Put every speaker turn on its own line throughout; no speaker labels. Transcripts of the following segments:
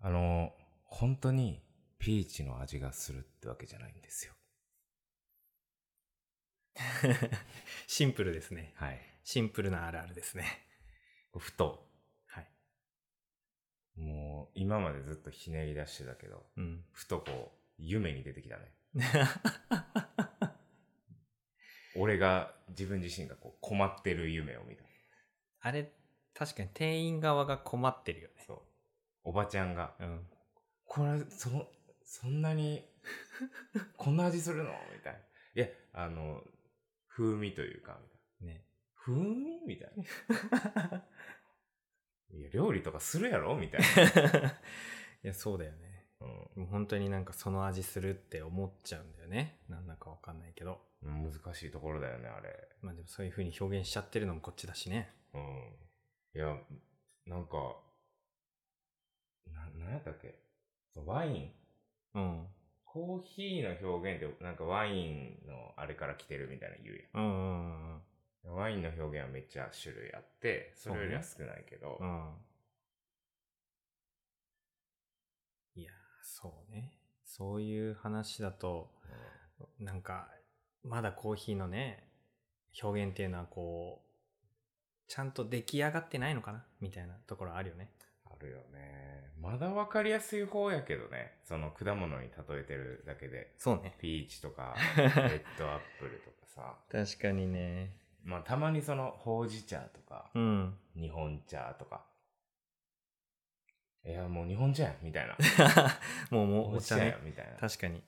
あの、本当にピーチの味がするってわけじゃないんですよ。
シンプルですね。
はい。
シンプルなあるあるですね。
ふと、
はい。
もう今までずっとひねり出してたけど、
うん。
ふとこう、夢に出てきたね。 俺が自分自身がこう困ってる夢を見た。
あれ、確かに店員側が困ってるよね。
そう。おばちゃんが、
うん。
これ、その、そんな に、こんな味するのみたいな。いや、あの、風味というか、みたいな
ね。
風味みたいな。いや、料理とかするやろみたい
いや、そうだよね。
な。
もう本当になんかその味するって思っちゃうんだよね。なんだかわかんないけど。
うん。難しいところだよね、あれ。
まあでもそういう風に表現しちゃってるのもこっちだしね。
うん。いや、なんか、な、なんやったっけワイン
うん。
コーヒーの表現って、なんかワインのあれから来てるみたいなの言う
うんうん
やん。ワインの表現はめっちゃ種類あって、それよりは少ないけど、
うんうん。うん。いやー、そうね。そういう話だと、なんか、まだコーヒーのね、表現っていうのはこう、ちゃんと出来上がってないのかなみたいなところあるよね。
あるよね。まだわかりやすい方やけどね。その果物に例えてるだけで。
そうね。
ピーチと か、レッドアップルとかさ。
確かにね。
まあたまにその、ほうじ茶とか、
うん。
日本茶とか。いや、もう日本茶やみたいな。
もうも うお茶
や
ね。
みたいな。
確かに。い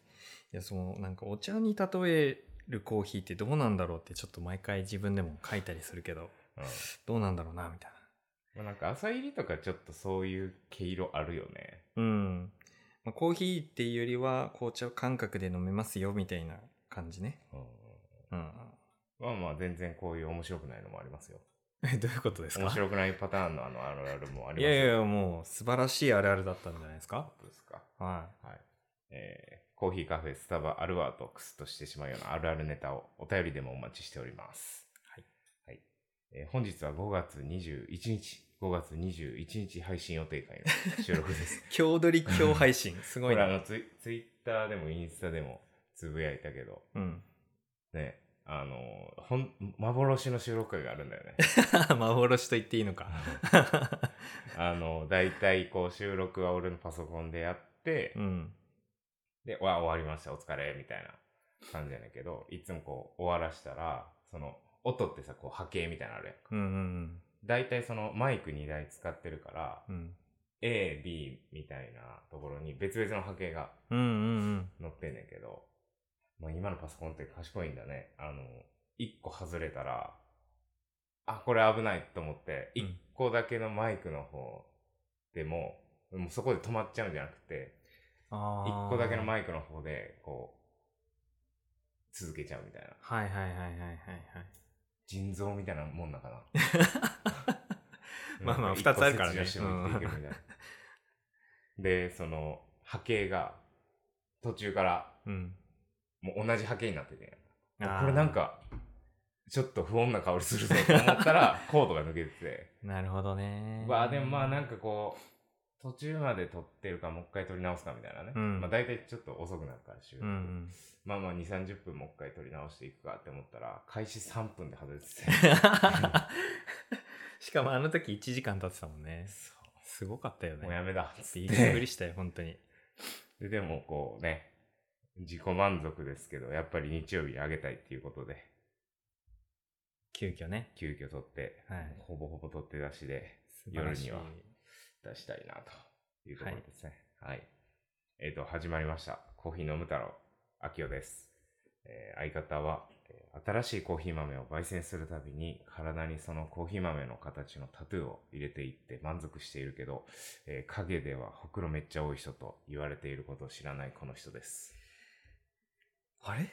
や、その、なんかお茶に例えるコーヒーってどうなんだろうってちょっと毎回自分でも書いたりするけど、
うん
どうなんだろうな、みたいな。
まあなんか朝入りとかちょっとそういう毛色あるよね。
うん。まあ、コーヒーっていうよりは紅茶感覚で飲めますよ、みたいな感じね。
うん。
うん。
まあまあ全然こういう面白くないのもありますよ。
え、どういうことですか
面白くないパターンのあのあるあるもあります
い
よ。
やいや、もう素晴らしいあるあるだったんじゃないですか
本当ですか。
は
はい。えーコーヒー、カフェ、スタバ、あるわとクスッとしてしまうようなあるあるネタをお便りでもお待ちしております。
はい。
はい。えー本日は5月21日、5月21日配信予定会の収録 です。
い。郷取り郷配信、す
こ
ごい
れあ
な。
のツイ、ツイッターでもインスタでもつぶやいたけど、
うん。
ね、あのーほん、幻の収録会があるんだよね。
幻と言っていいのか。
あの、大体こう収録は俺のパソコンでやって、
うん。
で、わ、終わりました、お疲れ、みたいな感じやねんけど、いつもこう、終わらしたら、その、音ってさ、こう、波形みたいなのあるやんか。
うんうん
大体その、マイク2台使ってるから、
うん。うん。
A、B みたいなところに別々の波形が
うんうん
載ってんねんけど、まあ今のパソコンって賢いんだね。あの、1個外れたら、あ、これ危ないと思って、
うん
1個だけのマイクの方でも、もうそこで止まっちゃうんじゃなくて、
うん。ああ。
一個だけのマイクの方で、こう、続けちゃうみたいな。
はいはいはいはいはいはい。
腎臓みたいなもんなんかな。
まあまあ
なん
二つあるからね
一個切除しても生きていけるみたいなで、その、波形が、途中から、
うん。
もう同じ波形になってて、
あー
これなん。か、ちょっと不穏な香りするぞと思った ら、コードが抜けてて、
なるほどね。
わあでもまあなんかこう、途中まで撮ってるからもう一回撮り直すかみたいなね。
うん
まあ大体ちょっと遅くなるから、収
う
録。
ん
まあまあ2、30分もう一回撮り直していくかって思ったら、開始3分で外れてて。
うん。 しかもあの時1時間経ってたもんね。すごかったよ
もうや
ね。
めだっつっ
びってくりしたよ、本当に。
で、でもこうね、自己満足ですけど、やっぱり日曜日にあげたいっていうことで、
急遽ね。
急遽撮って、
はい
ほぼほぼ撮って出しで
素晴らしい
夜には出したいなというところですね。はい。えっ、と、始まりました。コーヒー飲む太郎、秋代です。えー相方は、えー新しいコーヒー豆を焙煎するたびに体にそのコーヒー豆の形のタトゥーを入れていって満足しているけど、えー影ではほくろめっちゃ多い人と言われていることを知らないこの人です。
あ れ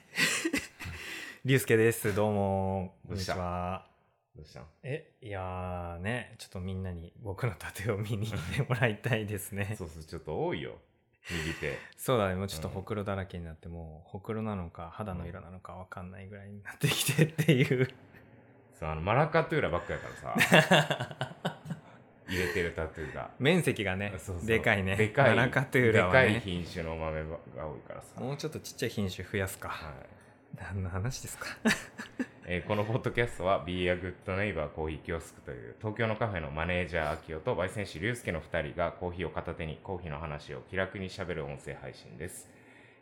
リュウスケです。どうも。こ
どう
んに
し
ち
た
は。
どうしたん
え、いやーね、ちょっとみんなに僕の盾を 見に行ってもらいたいですね。
そ
そ
ううそう、ちょっと多いよ。右手。
だね、もうちょっとほくろだらけになって、もうほくろなのか肌の色なのかわかんないぐらいになってき てっていう。
そう、あの、マラカトゥーラばっかやからさ、入れてるタトゥーが。
面積がね
そうそう
でかいね
でかい。
マラカトゥーラは
でかい
ね
品種の豆ばが多いからさ。
もうちょっとちっちゃい品種増やすか
はい
何の話ですか
えーこのポッドキャストは Be a Good Neighbor コーヒーキオスクという東京のカフェのマネージャー秋代と焙煎師龍介の2人がコーヒーを片手にコーヒーの話を気楽にしゃべる音声配信です、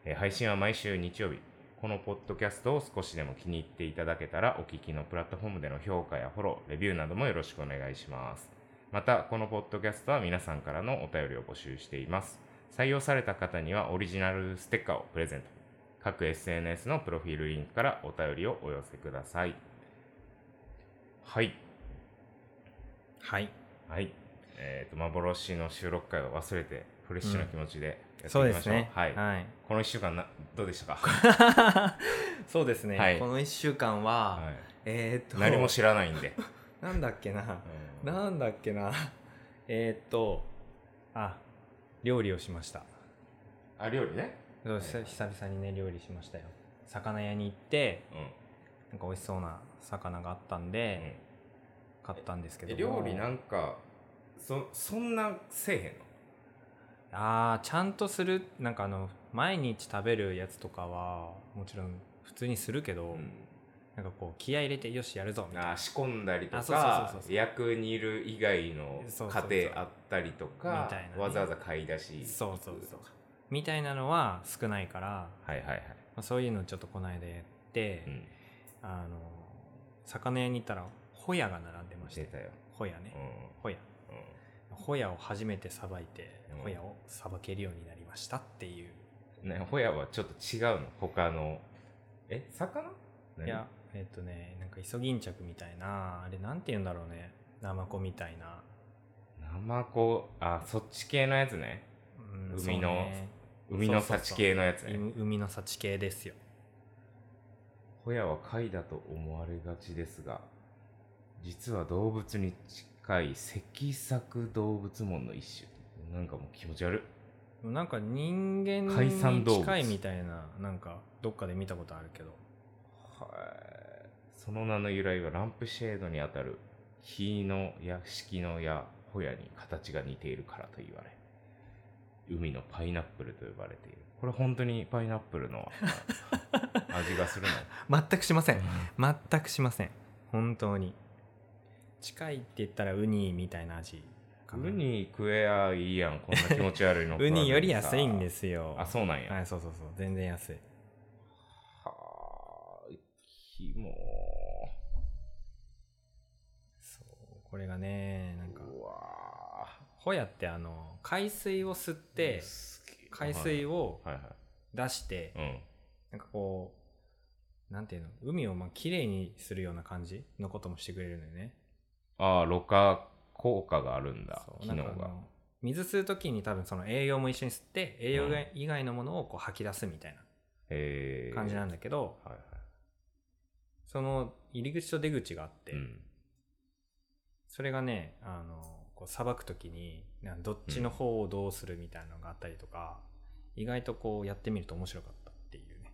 えー配信は毎週日曜日このポッドキャストを少しでも気に入っていただけたらお聞きのプラットフォームでの評価やフォローレビューなどもよろしくお願いしますまたこのポッドキャストは皆さんからのお便りを募集しています採用された方にはオリジナルステッカーをプレゼント各 SNS のプロフィールリンクからお便りをお寄せください。はい。
はい
はい。えっ、と、幻の収録会を忘れて、フレッシュな気持ちでやっていき
そうで
まし
す
ょう。
ね
はい。この1週間な、どうでしたか
そうですね、
はい
この1週間は、
は
えーっ
い
と
何も知らないん で。
なんだっけな
うん
なんだっけなえーっとあ料理をしました
あ、料理ね。
そうです
はい
久々にね料理しましたよ魚屋に行って
うん。
なんか美味しそうな魚があったん
う
で、
ん
買ったんですけど
え
も
料理なんか、そ、そんなせえへんの
あーちゃんとするなんかあの毎日食べるやつとかはもちろん普通にするけど、なんかこう気合い入れてよしやるぞみたい
あ仕込んだりと
あそうそう
か
そうそう
焼く煮る以外の
そうそう
過
そう
程あったりとか
みたいなね
わざわざ買い出し
なそうそう
行く
そ
と
う
か
みたいなのは少ないから、
はいはいはい、
まあ、そういうのちょっとこの間やって、
うん、
あの魚屋に行ったらホヤが並んでまし
して
て
たよ、
ホヤね、
うん
ホヤ
うん
ホヤを初めてさばいて、
うん
ホヤをさばけるようになりましたっていう、
ね、ホヤはちょっと違うの他のえ魚何
いやえっ、とねなんかイソギンチャクみたいなあれなんて言うんだろうねナマコみたいな、
ナマコあそっち系のやつね
うん
海の
そうね
海の幸系のやつね
海海の幸系ですよ
ホヤは貝だと思われがちですが実は動物に近い脊索動物門の一種なんかもう気持ち悪い
なんか人間
海産
に
動物
近いみたいななんかどっかで見たことあるけど
はいその名の由来はランプシェードにあたる火のや式のやホヤに形が似ているからと言われ海のパイナップルと呼ばれているこれ本当にパイナップルのあ味がす るの
全くしません全くしません本当に近いって言ったらウニみたいな味かな
ウニ食えやいいやんこんな気持ち 悪いの
ウニより安いんですすよ
あそうなんや、
はいそうそうそう全然安い
はあキモ
そうこれがねなんか
ーうわ
ホヤってあの海水を吸っ
ー
て
すげえ
海水を
はいはい
出して
はい
なんかこうなんていうの海をまあ綺麗にするような感じのこともしてくれるのよね
うんああろ過効果があるんだ
そう
機
なん
能
かあ
が
の水吸う時に多分その栄養も一緒に吸って栄養が
うん
以外のものをこう吐き出すみたい
え
な感じなんんだけど、
はいは
その入り口と出口があって、
い。うん。
それがねあのこうさばく時になどっちの方をどうするみたいなのがあったりとか、意外とこうやってみると面白かったっていうね、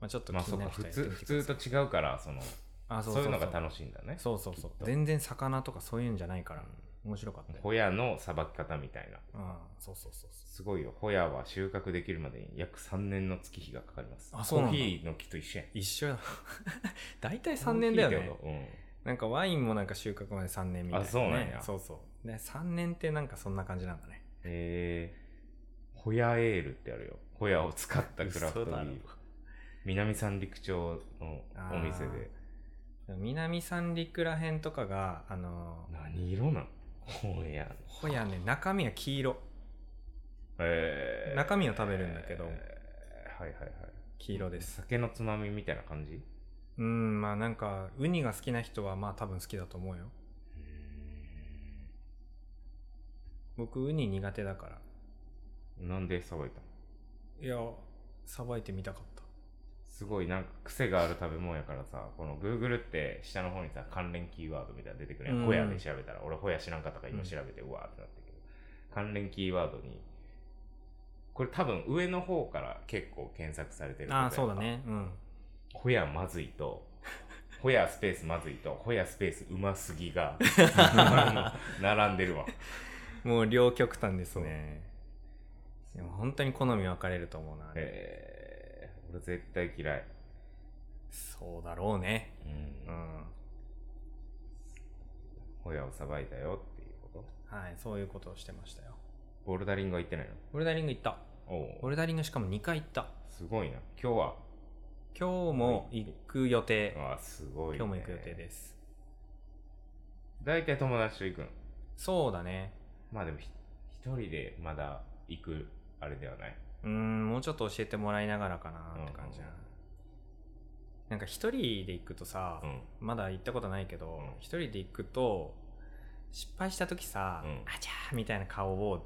まあ、ちょっと気
まあそう
にな
か、
る人
普
はやってみ
通、
て
普通と違うから、その、
あ
そういうのが楽
しい
しいんだね。
そうそうそ
きっ
う
と
全然魚とかそういうんじゃないから面白かったよ
ホヤのさばき方みたいな。
うんそうそうそうそう
すごいよ。ホヤは収穫できるまでに約3年の月日がかかります。
あそうなん
コ
だ
ーヒーの木と一緒やん。
一緒や 大体3年だよ
コーヒー
ね
ってことうん。
なんかワインもなんか収穫まで3年みたいな、ね、
あそうなんや
そうそうで3年ってなんかそんな感じなんだね
えー、ホヤエールってあるよ。ホヤを使ったクラフトビ
嘘だ
ー
ろ
ル。南三陸町のお店で。
でも南三陸らへんとかがあのー
何色なのホヤの。
ほやね中身は黄色
えー、
中身を食べるんだけど
えーはいはいはい。
黄色です
酒のつまみみたいな感じ
うんまあなんかウニが好きな人はまあ多分好きだと思うよ僕ウニ苦手だから
なんでさばいたの
いやさばいてみたかった
すごいなんか癖がある食べ物やからさこの Google って下の方にさ関連キーワードみたいなの出てくるや
うん
んホヤで調べたら俺ホヤ知らんかったから今
うん
調べてうわーってなったけど関連キーワードにこれ多分上の方から結構検索されてることや
あ
ん
あ
か
そうだねうん
ホヤまずいとホヤスペースまずいと、ホヤスペースうますぎが、 あの並んでるわ。
もう両極端ですね。でも本当に好み分かれると思うな。
えー、俺絶対嫌い。
そうだろうね。
う。
うんん。
ホヤをさばいたよっていうこと
はい、そういうことをしてましたよ。
ボルダリングは行ってないの
ボルダリング行った。
おお
ボルダリングしかも2回行った。
すごいな。今日は、
今日も行く予定。
あすごい、ね。
今日も行く予定です。
大体友達と行くの。
そうだね。
まあでもひ、一人でまだ行く、あれではない。
うーん、もうちょっと教えてもらいながらかなって感じだな
うんうん
なんか一人で行くとさ、
うん。
まだ行ったことないけど
うん
一、人で行くと失敗した時さ「
うん
あちゃー」みたいな顔を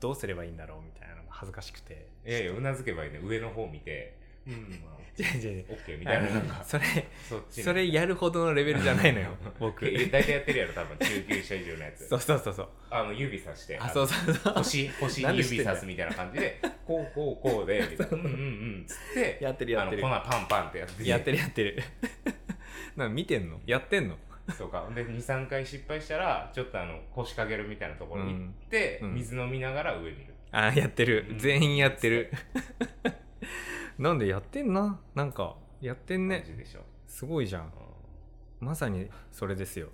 どうすればいいんだろうみたいなのが恥ずかしくて
いやいや、うなずけばいいね。上の方見て、うん、まあ、
違う違う違う
オッケーみたいな、なんか、
それ
そっちに
それやるほどのレベルじゃないのよ 僕
いや大体やってるやろ、多分19社以上のやつ。
そうそうそうそう
あの指さして、
あそうそうそ
あの
う
星星
なん
に
で知っ
指
てんだよ
さすみたいな感じで、こうこうこうで、みたいな、うんうんうん、つって、
やってるやってる
あの粉パンパンってやって
やってるやってる なんか見てんのやってんの
そうか。で、2、3回失敗したら、ちょっとあの、腰掛けるみたいなところに行って、
うんうん
水飲みながら上見る。
あーやってる、
うん
全員やってる なんでやってんななんかやってん
感
ね
じでしょ。
すごいじゃん
うん
まさにそれですよ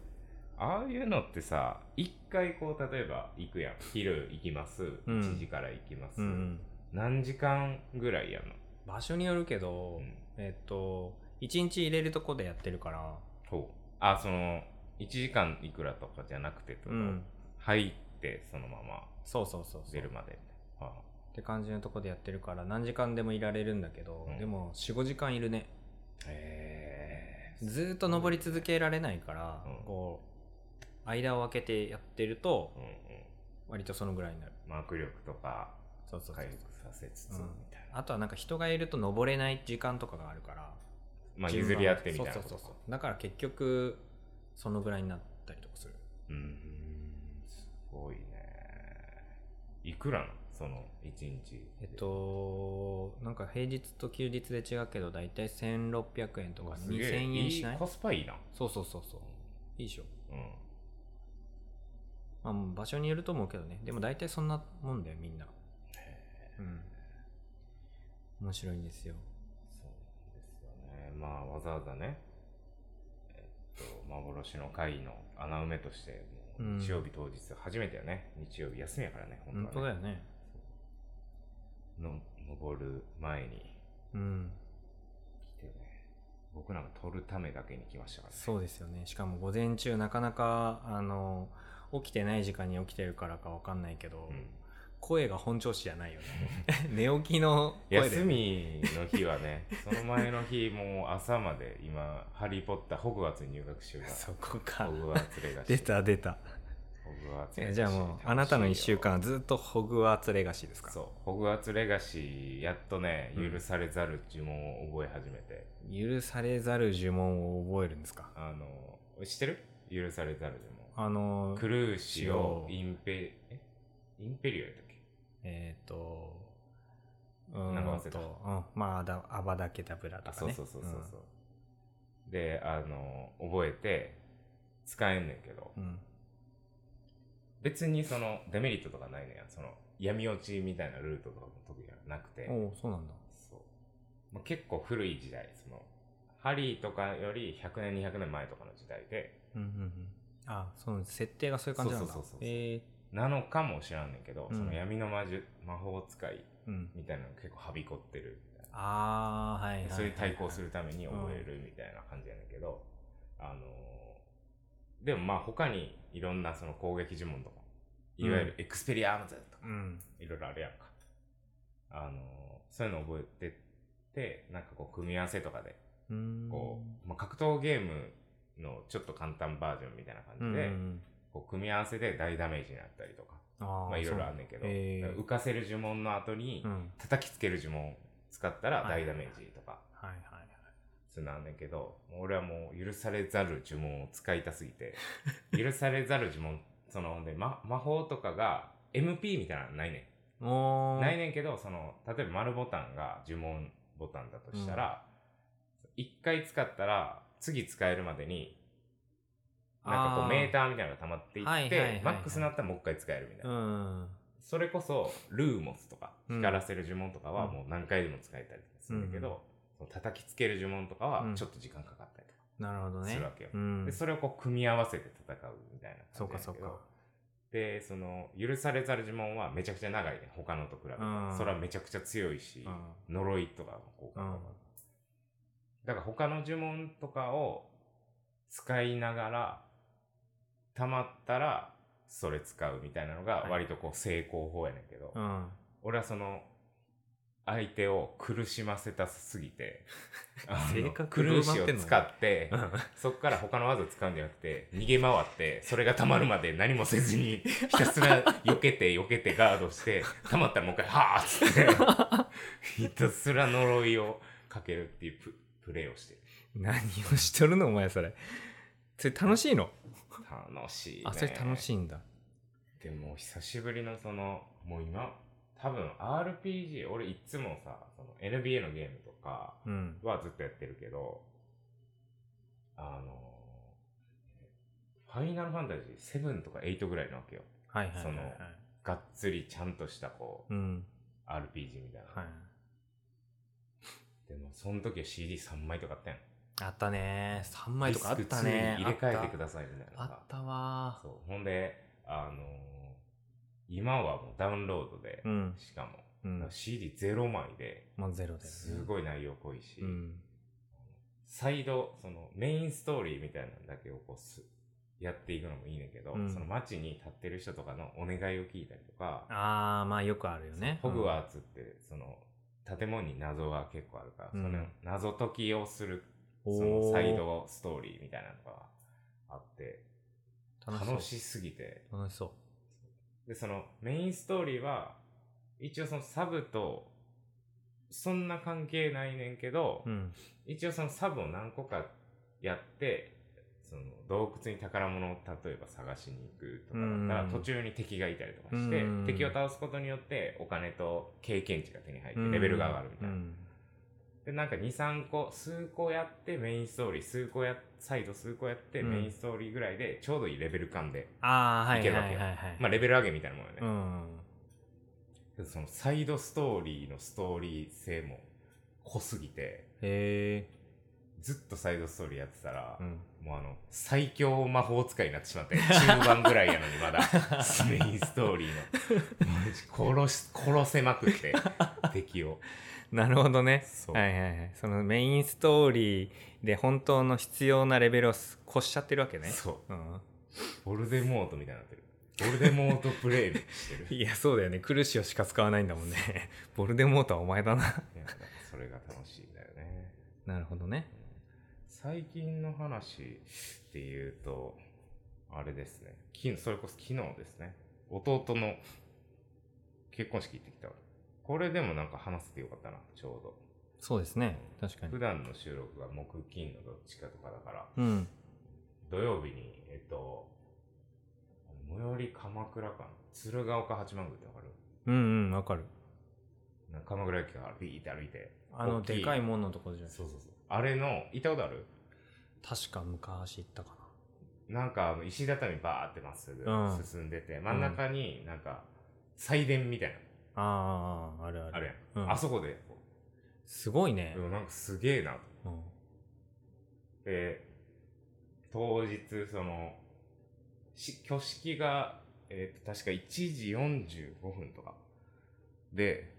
ああいうのってさ、一回こう、例えば行くやん。昼行きます。
うん
1時から行きます。
うん、うん、
何時間ぐらいやんの
場所によるけど、
うん
えっと1日入れるとこでやってるから
ほう。あ、その、1時間いくらとかじゃなくてってこと、
うん
入って、そのまま
そうそうそうそう
出る
っ
まで。はあ
て感じのとこでやってるから何時間でもいられるんだけど、
うん
でも45時間いるね
へ
ずーっと登り続けられないから、
うん
こう間を空けてやってると
うんうん。
割とそのぐらいになる
まあ握力とか
そうそうそう
回復させつつ、み
うん
たいな。
あとはなんか人がいると登れない時間とかがあるから、
まあ
順番
譲り合ってみたいな
そ
こと
うそう
か
そうそうだから結局そのぐらいになったりとかする
うーんすごいねいくらなのその1日
えっとなんか平日と休日で違うけど大体1600円とか
すげえ
2000円しない
いコスパいいな
そうそうそうそういいでしょ、
うん
まあ、もう場所によると思うけどねでも大体そんなもんだよみんなうん面白いんですよ
そうなんですよねまあわざわざねえっと幻の会の穴埋めとしてもう日曜日当日初めてよね、日曜日休みやからね本当はね
本当だよね
の登る前に
うん
来てね僕なんか取るためだけに来ましたからね
そうですよねしかも午前中なかなかあの起きてない時間に起きてるからかわかんないけど、
うん
声が本調子じゃないよね 寝起きの声で
休みの日はね、 その前の日、もう朝まで今、ハリー・ポッター、ホグワーツに入学しよう
そこか
ホグワーツレガシー。
出た出た
ホグワーツレガシー
じゃあもうあなたの1週。間
楽
はずっとホグワーツレガシーです
しいよ
か
そう、ホグワーツレガシー、やっとね、
うん
許されざる呪文を覚え始めて、
許されざる呪文を覚えるんですか
あの、知ってる許されざる呪
あの
文。クルーシオ
シオ、
インペリ、えインペリオやったっけ
えっ、とう
なんか
ー
忘
ん
れた
と、うん、まあだアバダケタブラと
あ、
か
そう
ね
そうそうそうそう。で、あの、覚えて、使えんねんけど、
うん、うん
別にそのデメリットとかないのやその闇落ちみたいなルートとかも特になくて
おうそうなんだ
そう、まあ、結構古い時代そのハリーとかより100年200年前とかの時代で
うんうんうんあその設定がそういう感じなんだ
そうそうそうそう
え
なのかも知らんねんけど、
うん
その闇の魔術魔法使い
ーうん
みたいなの結構はびこってるみたいな
ああはいはいはい、はい、
それに対抗するために覚えるみたいな感じやねんけど、あのーでもまあ他にいろんなその攻撃呪文とかいわゆるエクスペリアームズとか、
うん
いろいろあるやんか。あのーそういうの覚えてって、なんかこう、組み合わせとかで、
うーん
こう、まあ、格闘ゲームのちょっと簡単バージョンみたいな
うん
感じ
うんう
で、
ん
こう、組み合わせで大ダメージになったりとか、
あ
まあ、いろいろあんねんけど、だから浮かせる呪文の後に、
うん、
叩きつける呪文使ったら
はい
大ダメージとか、
はいはいはい
そういうのあんねんけど、もう俺はもう許されざる呪文を使いたすぎて、 許されざる呪文、その、ほんで、ま、魔法とかが MP みたいなのないねん。
おー
ないねんけど、その、例えば丸ボタンが呪文ボタンだとしたら、一回使ったら、次使えるまでに、なんかこう
あー
メーターみたいなのが溜まっていって、
はいはいはいはい
マックスになったらもう一回使えるみたいな。
うん。
それこそ、ルーモスとか、
うん
光らせる呪文とかは
うん
もう何回でも使えたりするんだけど、その叩きつける呪文とか
う
は
ん
ちょっと時間かかったりとか。
なるほどね。
するわけよ
うん
で、。それをこう組み合わせて戦うみたいな
そ
感
う
じなんだ
かそう
けど
か。
で、その、許されざる呪文はめちゃくちゃ長いね、他のと比べて。
うん
それはめちゃくちゃ強いし、
う
呪いとかの効果とか
うん
だから他の呪文とかを使いながら、溜まったら、それ使うみたいなのが
はい
割とこう成功法やねんけど、
ん。うん。
俺はその、相手を苦しませたすぎて、 あの
性格
クルーシ
どうなってん
を
の
使って
う、ん
そっから他の技使うんじゃなくて、逃げ回って、それが溜まるまで何もせず に、ひたすら避けて避けてガードして、溜まったらもう一回、はーっつって、ひたすら呪いをかけるっていうププレイをしてる。
何をしとるのお前それ。それ楽しいの
楽しい、ね。
あ、それ楽しいんだ。
い。でも久しぶりのその、もう今、多分 RPG、俺いつもさ、その NBA のゲームとか、
うん。
はずっとやってるけど、あのファイナルファンタジー7とか8ぐらいなわけよ。
はいはいはい、はい。
そがっつりちゃんとしたこう、
うん。
RPG みたいな。
はい。
でも、その時は CD3 枚とかあったやん。
あったね。3枚とかあったね。
ディスク2に入れ替えてく
さい。
ださいみたいなの
あっ
が
たわ
そう。ほんで、あの今はもうダウンロードで、
ー。うん。
しかも、
うん。
CD0 枚で、
もうゼロだよね。
すごい内容濃いし、
うん。
サイド、そのメインストーリーみたいなんだけをこうす、やっていくのもいいねんけど、
うん
その街に立ってる人とかのお願いを聞いたりとか、
あー、まあよくあるよね。
ホグワーツって、その、建物に謎が結構あるから、
うん
その謎解きをする、
うん
そのサイ
お
ドストーリーみたいなのがあって、
ー楽しそう
楽しすぎて、
楽しそう。
で、そのメインストーリーは、一応そのサブと、そんな関係ないねんけど、
うん。
一応そのサブを何個かやってその洞窟に宝物を例えば探しに行くとかだったら
うん
途中に敵がいたりとかして
うん
敵を倒すことによってお金と経験値が手に入って
うん。
レベルが上がるみたいうなんでなんか23個数個やってメインストーリー数個や再度数個やって
うん
メインストーリーぐらいでちょうどいいレベル感で
あー、はいい
ける
は
わ
い
け
は
よ
いはい。
まあレベル上げみたいなもんよね
うん。
けどそのサイドストーリーのストーリー性も濃すぎて
へ
ずっとサイドストーリーやってたら
ー。うん。
もうあの、最強魔法使いになってしまって、中盤ぐらいやのにまだ、メインストーリーの。殺し、殺せまくって、敵を。
なるほどね。
そう。
はいはいはい。そのメインストーリーで本当の必要なレベルを越しちゃってるわけね。
そう。
うん。
ボルデモートみたいになってる。ボルデモートプレイして る。い
いや、そうだよね。苦しをしか使わないんだもん ね。ボルデモートはお前だな。
や、だからそれが楽しいんだよね。
なるほどね。
最近の話っていうと、あれですね。昨日それこそ昨日ですね。弟の結婚式行ってきたわこれでもなんか話せてよかったな、ちょうど。
そうですね。確かに
普。段の収録が木金のどっちかとかだから、
うん。
土曜日に、えっと、最寄り鎌倉かな鶴岡八幡宮ってわかる
うんうん、わかる。
なんか鎌倉駅からビーって歩いて。
あの、
大きい
でかい門のところじゃない
そうそうそう。あれの、行ったことある
確か昔行ったか
なんかあの石畳バーってまっすぐ
うん
進んでて、真ん中になんか祭殿みたい
な。ああ、あるあ
な、
る。
あるやん。
うん、
あそこで、
すごいね
で。もなんかすげえなと
うん。
で、当日、その、し挙式が、えっ、と、確か1時45分とか。で、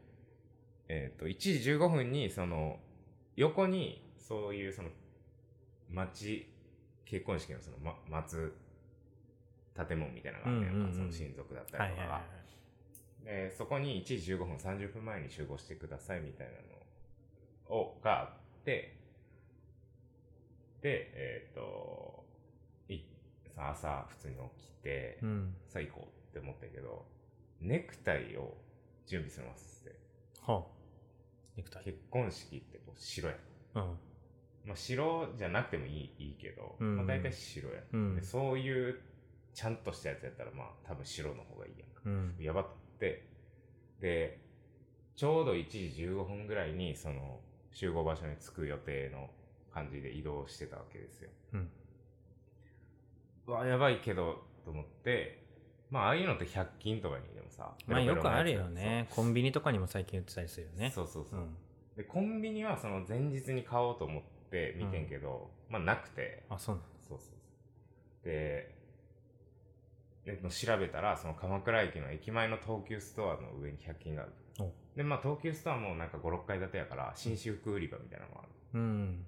えっ、と、1時15分に、その、横に、そういう、その、町、結婚式の、その、ま、待つ、建物みたいなのがあって、
うんうんうん
その親族だった
はい
り
は
と
い
か
はい
が。。で、そこに1時15分、30分前に集合してくださいみたいなのを、があって、で、えっ、と、いさ朝普通に起きて、
うん。
さあ行こうって思ったけど、ネクタイを準備するますって。
はあ。ネクタイ。
結婚式ってこう白やん。
うん。
まあ白じゃなくてもいいいいけど、
うん
まあ大体白やん、
うん
で。そういうちゃんとしたやつやったらまあ多分白の方がいいやんか。
うん。
やばって、で、ちょうど1時15分ぐらいに、その、集合場所に着く予定の感じで移動してたわけですよ。
うん。
うわ、やばいけど、と思って、まあ、ああいうのって100均とかにでもさ、
まあ
ベロ
よ
ベ
く
ロの
あ
やつ
るよね。コンビニとかにも最近売ってたりするよね。
そうそうそう。
ん。
で、コンビニはその前日に買おうと思って見てんけど、まあ、なくて、
あ、そうなの
そうそうそう。で、でもう調べたら、その鎌倉駅の駅前の東急ストアの上に100均がある
お。
で、まあ東急ストアもなんか5、6階建てやから、新私服売り場みたいなのもある。
うん。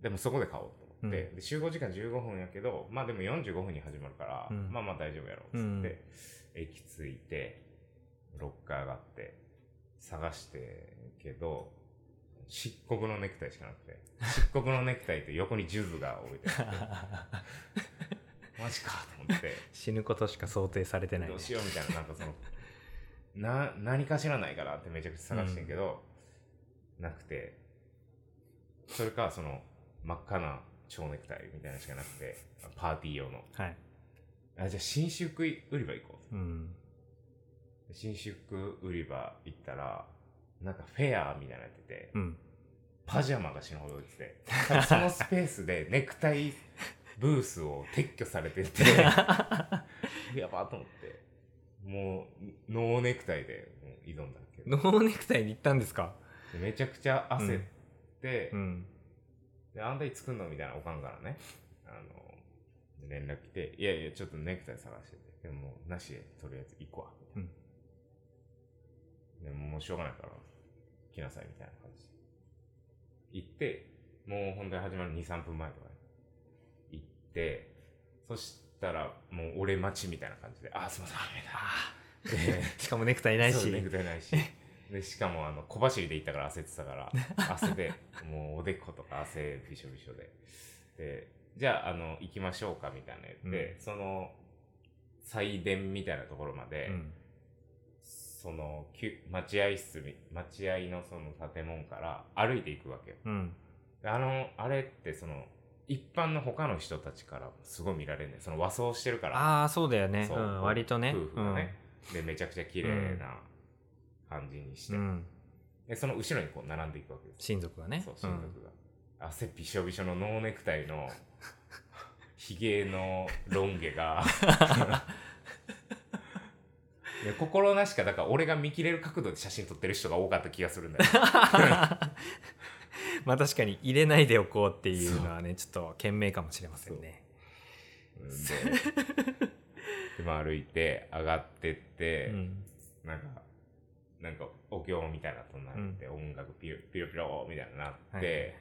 でもそこで買おうと思って、
う
で集合時間15分やけど、まあでも45分に始まるから、
うん
まあまあ大丈夫やろうっつって、駅着いて、ロッカー上がって、探してんけど、漆黒のネクタイしかなくて、漆黒のネクタイって横にジュズが置いてあ って、マジかと思って、
死ぬことしか想定されてない、
ど
ね
う。しようみたいな、なんかその、 な、何かしらないかなってめちゃくちゃ探してんけど、なくて、それか、その、真っ赤な蝶ネクタイみたいなのしかなくて、パーティー用の。
はい。
あ、じゃあ、新宿売り場行こ
うん。
う。新宿売り場行ったら、なんかフェアみたいなのやってて、
うん。
パジャマが死ぬほど売ってて、多分そのスペースでネクタイブースを撤去されてて、やばーと思って、もうノーネクタイでもう挑んだけど
ノ、ーネクタイに行ったんですか
でめちゃくちゃ焦って、
うん。
であんたいつ来んのみたいなおかんからね、あの、連絡来て、いやいや、ちょっとネクタイ探してて、でももうなしでとりあえず行くわ、みたいな。でももうしょうがないから、来なさいみたいな感じで。行って、もう本当に始まる2、3分前とかに行って、そしたらもう俺待ちみたいな感じで、あー、すいません、
あ
みたいな。で
しかもネクタイない
そ
し。
うネクタイないし。で、しかも、あの、小走りで行ったから焦ってた から、汗で、もうおでことか汗びしょびしょで。で、じゃあ、あの、行きましょうか、みたいな言って、その、祭殿みたいなところまで、
うん。
その、きゅ待合室み、待合のその建物から歩いていくわけよ。
うん。
であの、あれって、その、一般の他の人たちからすごい見られるねんその和装してるから。
ああ、そうだよね。。
そううん
割とね。
夫婦がね、で、めちゃくちゃ綺麗な感じにし
う
て
ん。う。ん。
でその後ろにこう並んでいくわけですよ。
親族がね。
そう、親族が。汗びしょびしょのノーネクタイの、ひげのロン毛 が。で心なしか、だから俺が見切れる角度で写真撮ってる人が多かった気がするん だよ。
うんまあ確かに入れないでおこうっていうのはね、ちょっと賢明かもしれませんね。
うんで、でまあ歩いて、上がってって、
うん。
なんか、なんかお経みたいなとなって、音楽ピロピロピロみたいになって、
はいはいはい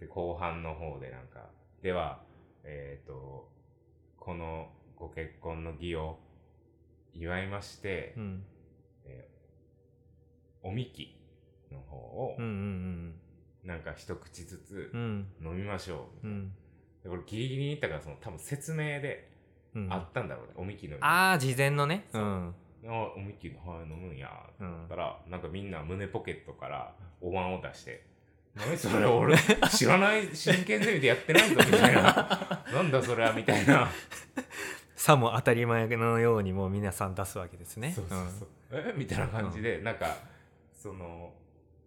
で後半の方でなんか、では、えっ、と、このご結婚の儀を祝いまして、
うん。
おみきの方を
うんう、ん
なんか一口ずつ
うん。うん。
飲みましょう。
うん。
で俺ギリギリに行ったから、その多分説明で
うん。
あったんだろうね、おみきの。
ああ、事前のね。う。
そうんあおみきの、はい、飲むんや
う
だ
ん
か。ら、なんかみんな胸ポケットからお椀を出して、何それ 俺、知らない、真剣ゼミでやってないぞ、みたいな。 なんだそれは、みたいな。
さも当たり前のようにもう皆さん出すわけですね。
そうそうそう。えみたいな感じで、なんか、その、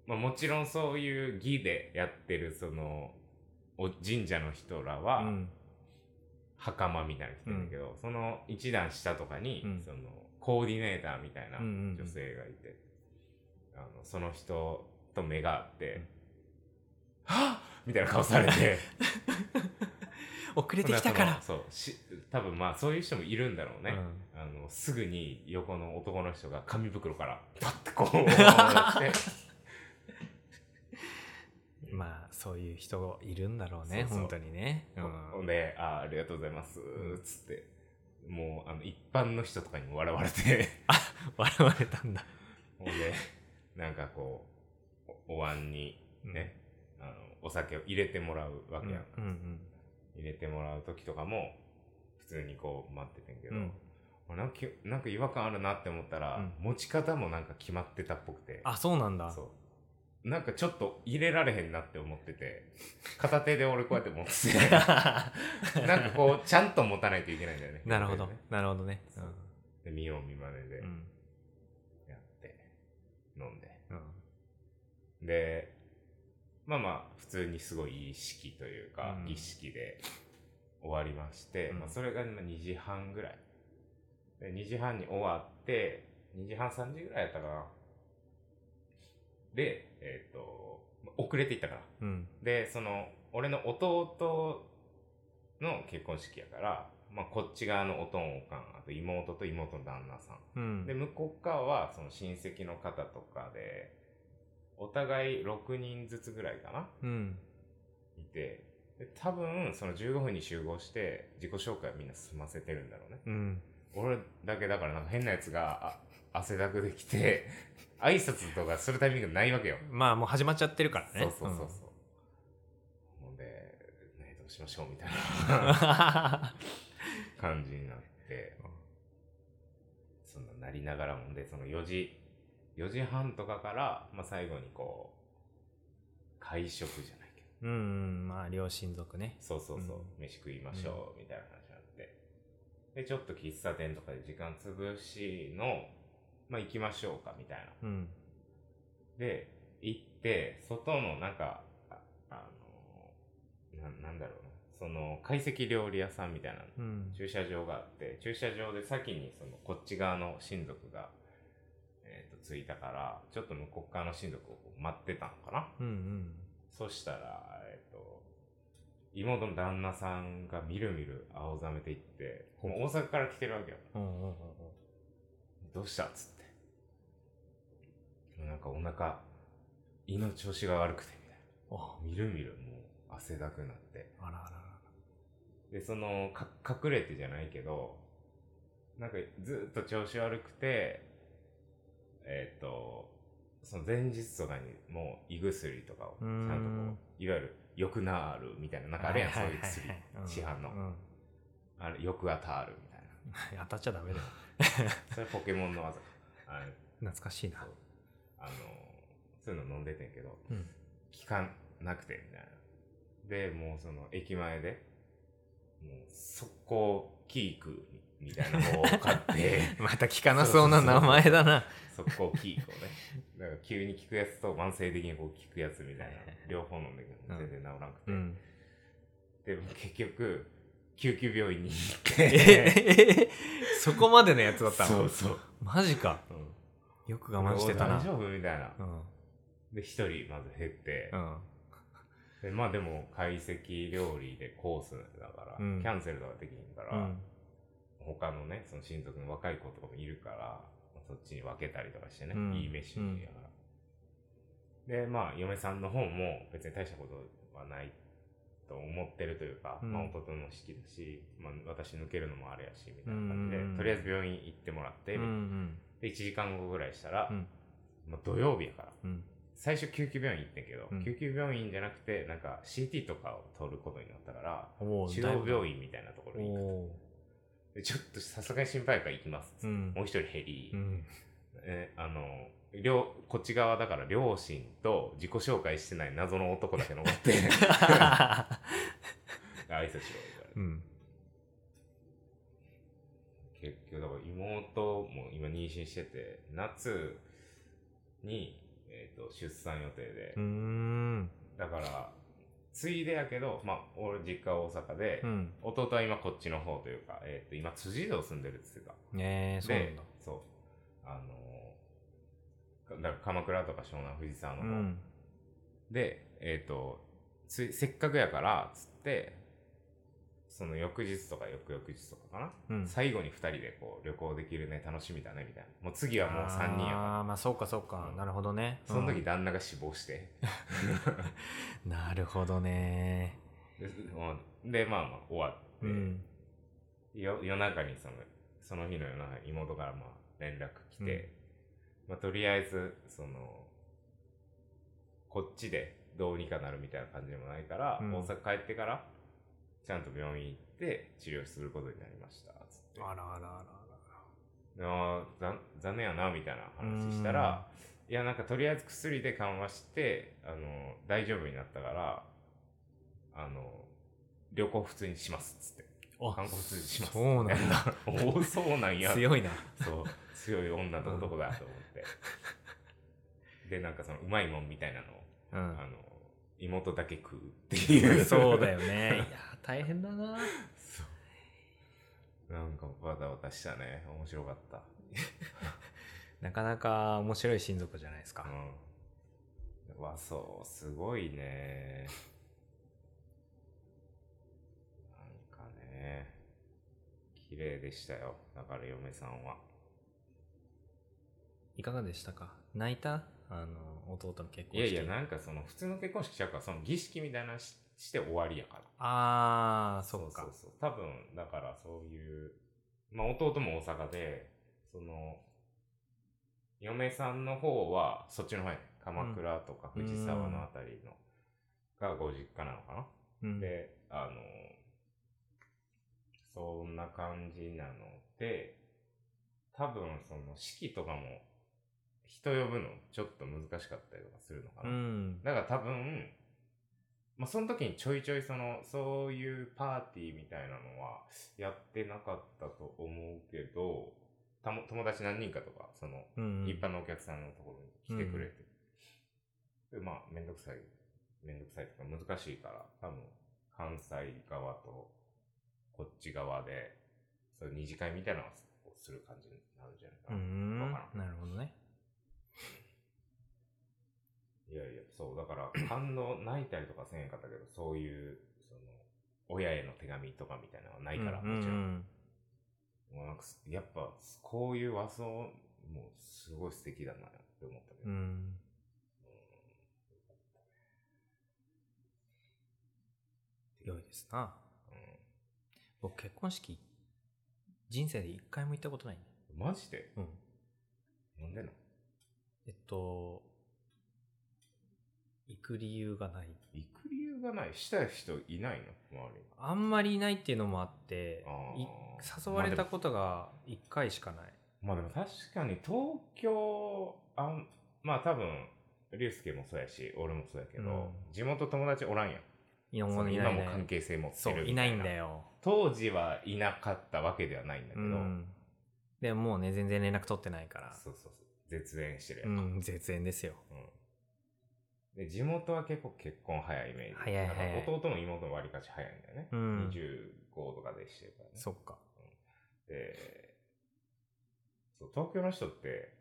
まあ、もちろんそういう儀でやってる、その、お神社の人ら
う
は、
ん。
袴みたいなの着てるんだけど、その一段下とかに、
うん
その、コーディネーターみたいな
うんうんうん
女性がいて、あのその人と目が合って、
うん
はっみたいな顔され て。
遅れてきたから。
そのそうし多分まあそういう人もいるんだろうね、
うん
あのすぐに横の男の人が紙袋からパッてこ うやって
まあそういう人いるんだろうね
そうそう
本当にね、う
ほ
ん
んで「あありがとうございます」つってもうあの一般の人とかにも笑われて
笑われたんだ、
ほんでなんかこうおお椀にね、あのお酒を入れてもらうわ
う
け
ん
やん、
うんうん
入れてもらう時とかも普通にこう待っててんけど、
うん
俺なんかきなんか違和感あるなって思ったら、
う
持ち方もなんか決まってたっぽくて
あそうなんだ
そうなんかちょっと入れられへんなって思ってて片手で俺こうやって持って てなんかこうちゃんと持たないといけないんだよね
なるほど
片手でね
なるほどね
そうで見よう見まねで
うんうん
やって、飲んで
うん
でまあまあ、普通にすごいいい式というか、
うん
儀式で終わりまして、
うん
まあそれが今2時半ぐらい。で2時半に終わって、2時半3時ぐらいやったかな。で、えっ、と、まあ遅れていったから。
うん。
で、その、俺の弟の結婚式やから、まあこっち側のおとんおかん、あと妹と妹の旦那さん。
うん。
で、向こう側は、その親戚の方とかで、お互い6人ずつぐらいかな
うん。
いて、で多分、その15分に集合して、自己紹介みんな済ませてるんだろうね。
うん。
俺だけだからなんか変なやつが、あ汗だくできて、 挨拶とかするタイミングないわけよ。
まあ、もう始まっちゃってるからね。
そうそうそうそう。ほんで、ね、どうしましょうみたいな感じになって、そんななりながらもんで、その4時、4時半とかから、まあ、最後にこう、会食じゃないけど、
うん。うん。まあ、両親族ね。
そうそうそう、
う
飯食いましょうみたいな話になって、で、ちょっと喫茶店とかで時間潰しの、まあ、行きましょうかみたいな。
うん。
で、行って、外のなんか、ああの、ななんだろうな、その、懐石料理屋さんみたいな
うん。
駐車場があって、駐車場で先にその、こっち側の親族が、えっ、と、着いたから、ちょっと向こう側の親族をこう待ってたのかな。
うんうん。
そしたら、えっ、と、妹の旦那さんがみるみる青ざめていって、もう大阪から来てるわけよ。
うんうんうん
どうしたっつって。なんかお腹、胃の調子が悪くてみたい
うん。
な。
あ
みるみるもう汗だくなって。
あらあらあ
で、その、か、隠れてじゃないけど、なんかずっと調子悪くて、えっ、と、その前日とかにもう胃薬とかをちゃ
うー
ん
ん
とこう、いわゆる、よくなるみたいな、なん
ら。
かあれやん、そう
はいは
う
は
薬
は。うん
市販の
うん。
あれ、よくあたあるみたい
当たっちゃダメだよ。
な。それポケモンの技か。あの
懐かしい
そ
な
う。あの、そういうの飲んでてんけど、
うん。
聞かなくてみたいな。で、もうその駅前で、もう速攻キークみたいなのを買って、
また聞かなそうな名前だな。
速攻キークをね。だから急に効くやつと慢性的にこう効くやつみたいな、両方飲んでけど全然治らなくて。
うん。
で、もう結局、救急病院に行っ
え
て、
そこまでのやつだった
そ
の
うそう。
マジか。
うん
よく我慢してたな。
大丈夫みたいな
う。ん。
で、一人まず減って、
うん。
でまあでも、懐石料理でコースだから、
うん
キャンセルとかできひんか
う
ら、
ん。
他のね、その親族の若い子とかもいるから、まあそっちに分けたりとかしてね、
うん
いい飯やから。で、まあ、嫁さんの方も別に大したことはないと思ってるというか、
うん
まあ、弟の式だし、まあ、私抜けるのもあれやし、みたいな感じで、
うん
とりあえず病院行ってもらって、
うんうん。
で、1時間後ぐらいしたら、
うん
まあ、土曜日やから、
うん。
最初救急病院行ってんけど、
うん
救急病院じゃなくて、なんか CT とかを取ることになったから、
お
中央病院みたいなところに行く
お
でちょっとさすがに心配やから行きますっつって、
うん
もう一人減り、
うん。
えあの両こっち側だから両親と自己紹介してない謎の男だけ残って 挨拶しろ言われて
うん。
結局だから妹も今妊娠してて夏に、えー、と出産予定で、
うん。
だからついでやけどまあ俺実家は大阪で、
うん。
弟は今こっちの方というか、えー、と今辻堂住んでるっつってた
ねえ、そうなん
で
だ。
そうあのーかだから鎌倉とか湘南藤沢の
う
方、
ん。
でえっ、とついせっかくやからっつってその翌日とか翌々日とかかな、
うん。
最後に2人でこう旅行できるね楽しみだねみたいなもう次はもう3人やか
ああ、まあそうかそうか
う。ん
なるほどね。
らその
う
時
ん
旦那が死亡 して、
なるほどね。
でもうでまあまあ終わって、
うん。
よ夜中にそのその日の夜中に妹からまあ連絡来て、まあ、とりあえずそのこっちでどうにかなるみたいな感じでもないから、
うん
大阪帰ってからちゃんと病院行って治療することになりましたつって
あらあらあらあ
であーざ残念やなみたいな話したら、いやなんかとりあえず薬で緩和してあの大丈夫になったからあの旅行普通にしますっつって
ら。あ
観光通じします
そうなんだ。
多そうなんや
強いな。
そう、強い女の男だと思って。で、なんかその、うまいもんみたいなのを、
うん
あの、妹だけ食うっていう。
そうだよね。いやー、大変だな。
そう。なんかバタバタしたね。面白かった。
なかなか面白い親族じゃないですか。
うん。うわ、そう、すごいね。なんかね、綺麗でしたよ。だから嫁さんは。
いかがでしたか泣いたあの、弟の結
い
婚
や
式。
いや、なんかその普通の結婚式ちゃうから、その儀式みたいなのしして終わりやから。
あー、そうか。
そうそう多分、だからそういう、まあ弟も大阪で、その、嫁さんの方は、そっちの方やね。鎌倉とか藤沢のあたりの、がご実家なのかな、
うん
で、あの、そんな感じなので、多分その式とかも、人呼ぶのちょっと難しかったりとかするのか
う
な、
ん。
だから多分、まあ、その時にちょいちょいその、そういうパーティーみたいなのはやってなかったと思うけど、たも友達何人かとか、その、
うん。
一般のお客さんのところに来てくれて。でまあ、めんどくさい。めんどくさいとか難しいから、多分、関西側とこっち側で、そういう二次会みたいなのをする感じになるんじゃないか
う
な。
ん。
わ
な
からん
るほどね。
いやいや、そう、だから、 感動、泣いたりとかせんかったけど、そういう、その、親への手紙とかみたいなのはないから、もちろん。
ん。
もうなんかすやっぱ、こういう和装、もう、すごい素敵だなって思ったけ
う
ど。
ん。良いですな。僕、結婚式、人生で一回も行ったことないね。
うんマジで
うん。
なんでの
えっと、行く理由がない。
行く理由がない。したい人いないの周りに。
あんまりいないっていうのもあって、
あー
い誘われたことが1回しかない。
まあでも確かに東京、あんまあ多分、竜介もそうやし、俺もそうやけど、
うん
地元友達おらんやん。
いやも
そうの
いな
今
い
も
ね
関係性持って
そ
る
う、い
み
な
た
いんだよ。
当時はいなかったわけではないんだけ
う
ど、
ん。でももうね、全然連絡取ってないから。
そうそうそう絶縁してるや、
うんん、絶縁ですよ。
で地元は結構結婚早いイメージ
早い
だから
早い
弟も妹もわりかし早いんだよね、
うん
25とかでしてるからね
そっか。
でそう東京の人って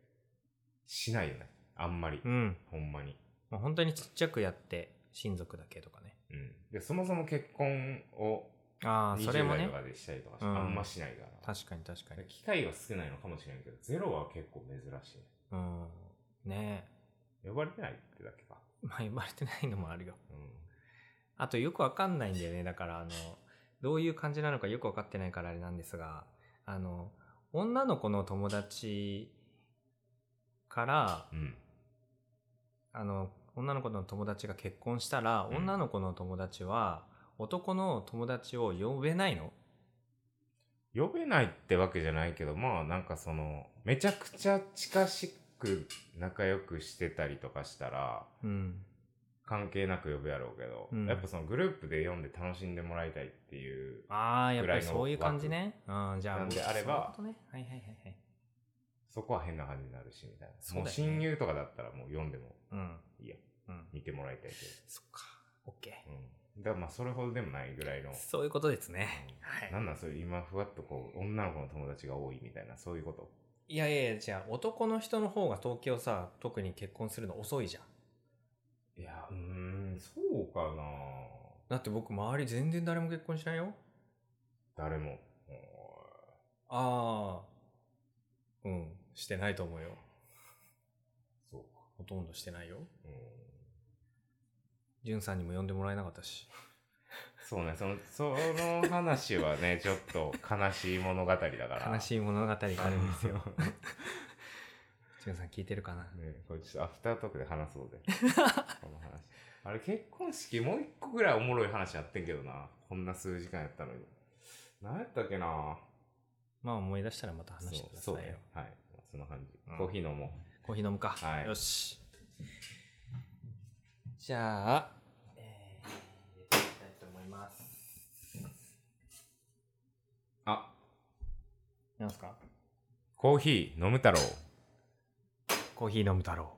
しないよねあんまり、
うん。
ほんまに、
もう本当にちっちゃくやって、親族だけとかね。
うん、でそもそも結婚を
ああ、それ
20
も
代
ね
と。かでしたりとかし
うん
あんましないから、
確かに確かに
で。機会が少ないのかもしれんけどゼロは結構珍しいね
うん。ね
呼ばれてないってだけか
え。まあ、呼ばれてないのもあるよ。
うん
あとよくわかんないんだよね。だから、あの、どういう感じなのかよくわかってないからあれなんですが、あの、女の子の友達から、
うん。
あの、女の子の友達が結婚したら、
うん
女の子の友達は、男の友達を呼べないの
呼べないってわけじゃないけど、まあなんかその、めちゃくちゃ近しく仲良くしてたりとかしたら、
うん。
関係なく呼ぶやろうけど、
うん
やっぱそのグループで読んで楽しんでもらいたいっていう、
ああ、やっぱりそういう感じね。うん、じゃあ、
なんであれば
そういうことね。はいはいはいはい。
そこは変な感じになるし、みたいな。
そうだよね
もう親友とかだったらもう読んでも
うん。
いいや、
うん。
見てもらいたいけ
そっか。オッケ
ど。うん。だからまあそれほどでもないぐらいの
ー。、そういうことですね。はい
なんなんそういう今ふわっとこう、女の子の友達が多いみたいな、そういうこと。
いやいやいや、じゃあ男の人の方が東京さ、特に結婚するの遅いじゃん。
いや、うーん、そうかな
だって僕周り全然誰も結婚しないよ。
誰も。うん
ああ。うん、してないと思うよ。
そうか。
ほとんどしてないよ。
うん
じゅんさんにも呼んでもらえなかったし。
そうね、その、その話は ね、ちょっと悲しい物語だから。
悲しい物語があるんです よ。
ね
じゅんさん聞いてるかな
これちょっとアフタートークで話 そうぜ。この話。あれ、結婚式もう一個ぐらいおもろい話やってんけどな。こんな数時間やったのに。何やったっけな
まあ思い出したらまた話してくださ
そうそう
いよ
ね。。はい。そんな感じ。
うん
コーヒー飲もう。
コーヒー飲むか。
はい
よし。じゃあ、えー、入れていきたいと思います。
あ、
なんすか
コーヒー飲む太郎。
コーヒー飲む太郎。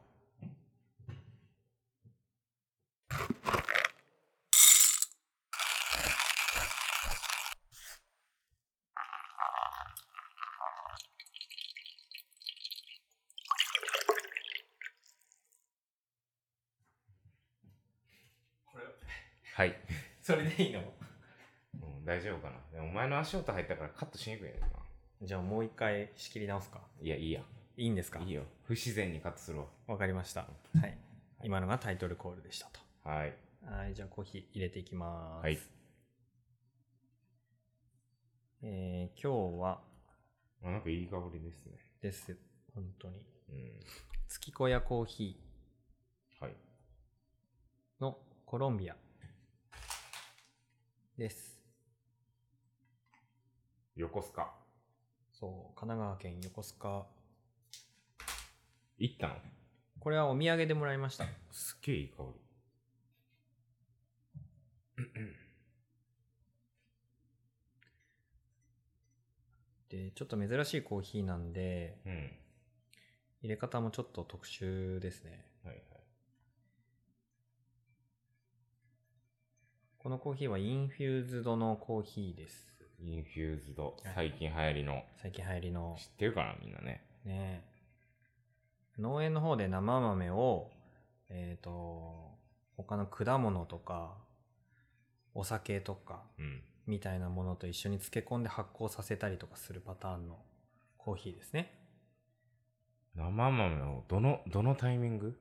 はい。
それでいいの
うん、大丈夫かな。でもお前の足音入ったからカットしにくいねんな。
じゃあもう一回仕切り直すか。
いや、いいや。
いいんですか
いいよ。不自然にカットするわ。
わかりました。はい。今のがタイトルコールでしたと。
はい。
はい、じゃあコーヒー入れていきます。
はい。
えー、今日は
あなんかいい香りですね。
です。本当に。
うん。
月小屋コーヒ
はい。
ーのコロンビアです。
横須賀。
そう、神奈川県横須賀。
行ったの
これはお土産でもらいました。
すっげえいい香
で、ちょっと珍しいコーヒーなんで、
り。うん。
入れ方もちょっと特殊ですね。
はいはい。
このコーヒーはインフューズドのコーヒーです。
インフューズド
は。
最
い
近流行りの。
最近流行りの
知ってるかなみんなね。
ねえ農園の方で生豆をえっ、と他の果物とかお酒とか
うん。
みたいなものと一緒に漬け込んで発酵させたりとかするパターンのコーヒーですね
生豆を、どの、どのタイミング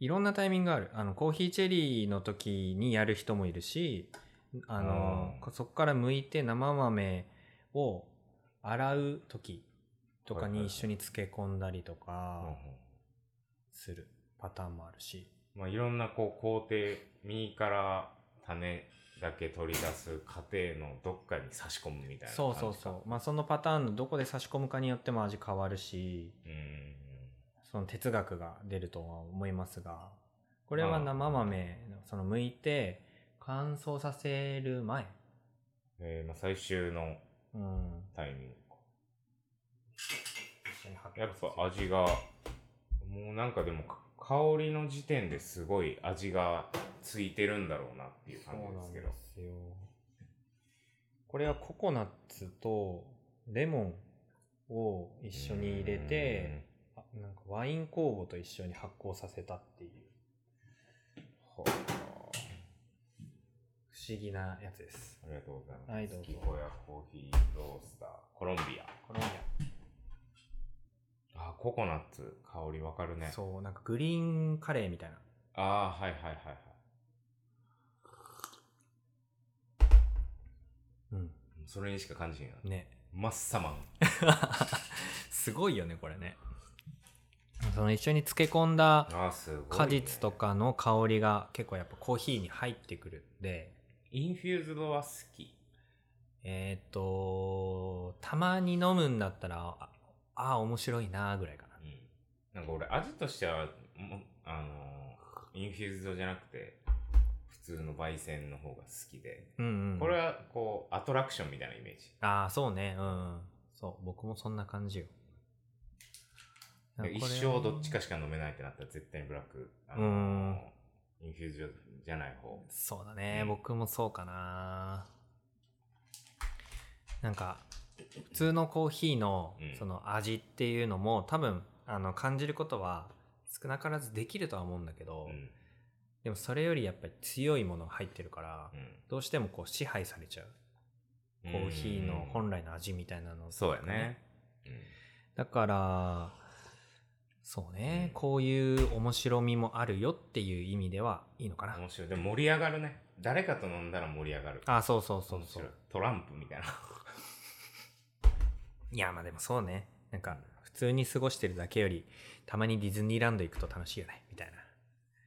いろんなタイミングがあるあのコーヒーチェリーの時にやる人もいるしあの
あー
そこから剥いて生豆を洗う時とかに一緒に漬け込んだりと
うん
かするパターンもあるし、
うんまあ、いろんなこう工程、右から種だけ取り出す過程のどっかに差し込むみたいな
そうそう
う。
そう。まあそのパターンのどこで差し込むかによっても味変わるし、
うん。
その哲学が出るとは思いますが、これは生豆の、その剥いて乾燥させる前。
えー、まあ最終の
うん。
タイミング。
一緒に発酵
やっ
させる
ぱ味が、もうなんかでもか香りの時点ですごい味がついてるんだろうなっていう感じですけど
そう。なんですよ。これはココナッツとレモンを一緒に入れて、あなんかワイン酵母と一緒に発酵させたっていう
うん、はあ
不思議なやつです。
ありがとうございます。
はいどうぞ
月小屋コーヒーロースター、コロンビ
コロンビア
ア。あ、ココナッツ、香りわかるね。
そう、なんかグリーンカレーみたいな。
ああ、はいはいはいはい。それにしか感じんよ。
ね。
マッサマン。
すごいよね、これね。その一緒に漬け込んだ
ああ、すごい、ね。
果実と。かの香りが結構やっぱコーヒーに入ってくるんで、
インフューズドは好き。
えーっ、と、たまに飲むんだったら、ああー、面白いなーぐらいかな。
うん。なんか俺、味としては、もあのーインフューズドじゃなくて、普通の焙煎の方が好きで。
うんうん。
これは、こう、アトラクションみたいなイメージ。
ああ、そうね。うんうん。そう、僕もそんな感じよ。
一生どっちかしか飲めないってなったら絶対にブラック。あの
うん
インフューズドじゃない方。
そうだね、
うん
僕もそうかななんか普通のコーヒーの
うん
その味っていうのも多分あの感じることは少なからずできるとは思うんだけど、
うん。
でもそれよりやっぱり強いものが入ってるから、
うん
どうしてもこう支配されちゃうコーヒーの本来の味みたいなのとかね、
そうやね。うん
だからそうね、
うん
こういう面白みもあるよっていう意味ではいいのかな、
面白い。でも盛り上がるね。誰かと飲んだら盛り上がる。
あそうそうそう
面
そ
白
う
い。トランプみたい な。
いやまあでもそうねなんか普通に過ごしてるだけよりたまにディズニーランド行くと楽しいよねみたいな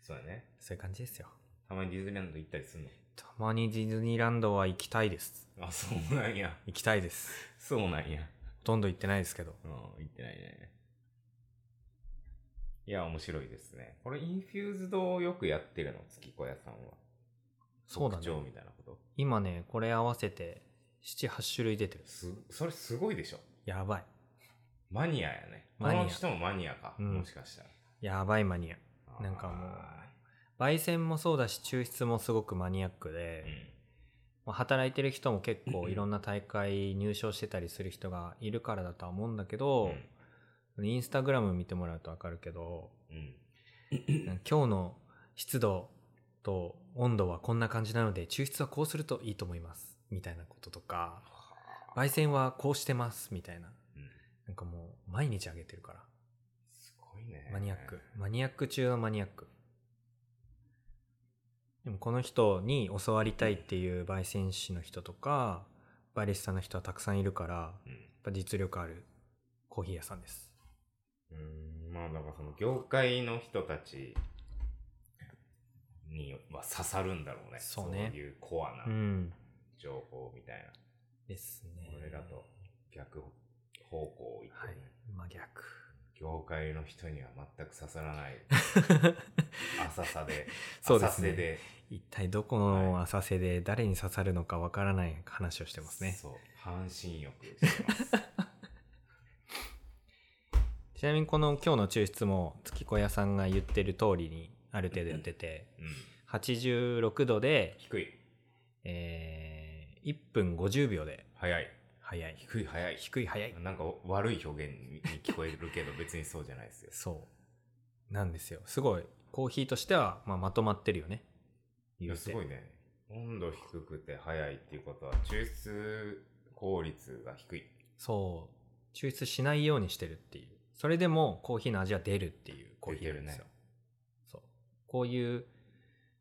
そうやね。
そういう感じですよ
たまにディズニーランド行ったりする
たまにディズニーランドは行きたいです
の。あ、そうなんや。
行きたいです
そうなんや。
ほとんど行ってないですけど
うん、行ってないね。いや、面白いですね。これ、インフューズドをよくやってるの、月小屋さんは。
そうだね
特徴みたいなこと。
今ねこれ合わせて78種類出てる
す、それすごいでしょ。
やばい
マニアやね。こ
マニア
の人もマニアか。
うん
もしかしたら。
やばいマニア
あー
なんかもう焙煎もそうだし抽出もすごくマニアックで、
うん。
まあ働いてる人も結
う
構
ん
いろんな大会入賞してたりする人がいるからだとは思うんだけど、インスタグラム見てもらうと分かるけど
うん。うん。
今日の湿度と温度はこんな感じなので抽出はこうするといいと思いますみたいなこととか焙煎はこうしてますみたいな
うん
なんかもう毎日あげてるから
すごいね。
マニアック。マニアック中のマニアック。でもこの人に教わりたいっていう焙煎師の人とか、バイレスタの人はたくさんいるから、や
うん。
っぱ実力あるコーヒー屋さんです。
うん、まあなんかその業界の人たちには刺さるんだろうね。
そうね
そういうコア
う。
なん情報みたいな。
ですね。
これだと。逆方向を行って
は
ね、
い。真逆。
業界の人には全く刺さらない 浅さで、
そうですね
浅瀬で
一体どこの浅瀬で誰に刺さるのかわからない話をしてますね。
そう、半身浴してます。
ちなみにこの今日の抽出も月子屋さんが言ってる通りにある程度やってて、
うん、
86度で
低い、
えー、1分50秒で
早い、
早い。
低い、早い。
低い早い。
なんか悪い表現に聞こえるけど、別にそうじゃないですよ。
そう。なんですよ。すごい。コーヒーとしては、まあ、まとまってるよね。
い
言
や、
う
す
て
ごいね。温度低くて早いっていうことは、抽出効率が低い。
そう。抽出しないようにしてるっていう。それでもコーヒーの味は出るっていうコーヒーなんで
出
す
て
よ。
る
そう。こういう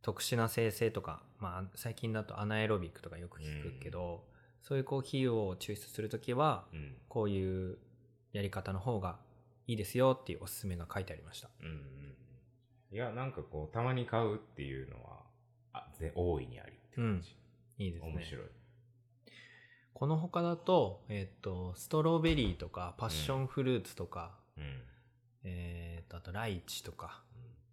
特殊な生成とか、まあ、最近だとアナエロビックとかよく聞くけど、そういうコーヒーを抽出するときは、
うん。
こういうやり方の方がいいですよっていうおすすめが書いてありました。
うんうん。いや、なんかこう、たまに買うっていうのは、あぜ大いにありって感じ。
いいですね。
面白い。
この他だと、えっ、と、ストロベリーとか、パッションフルーツとか、
うん。
えっ、と、あと、ライチとか、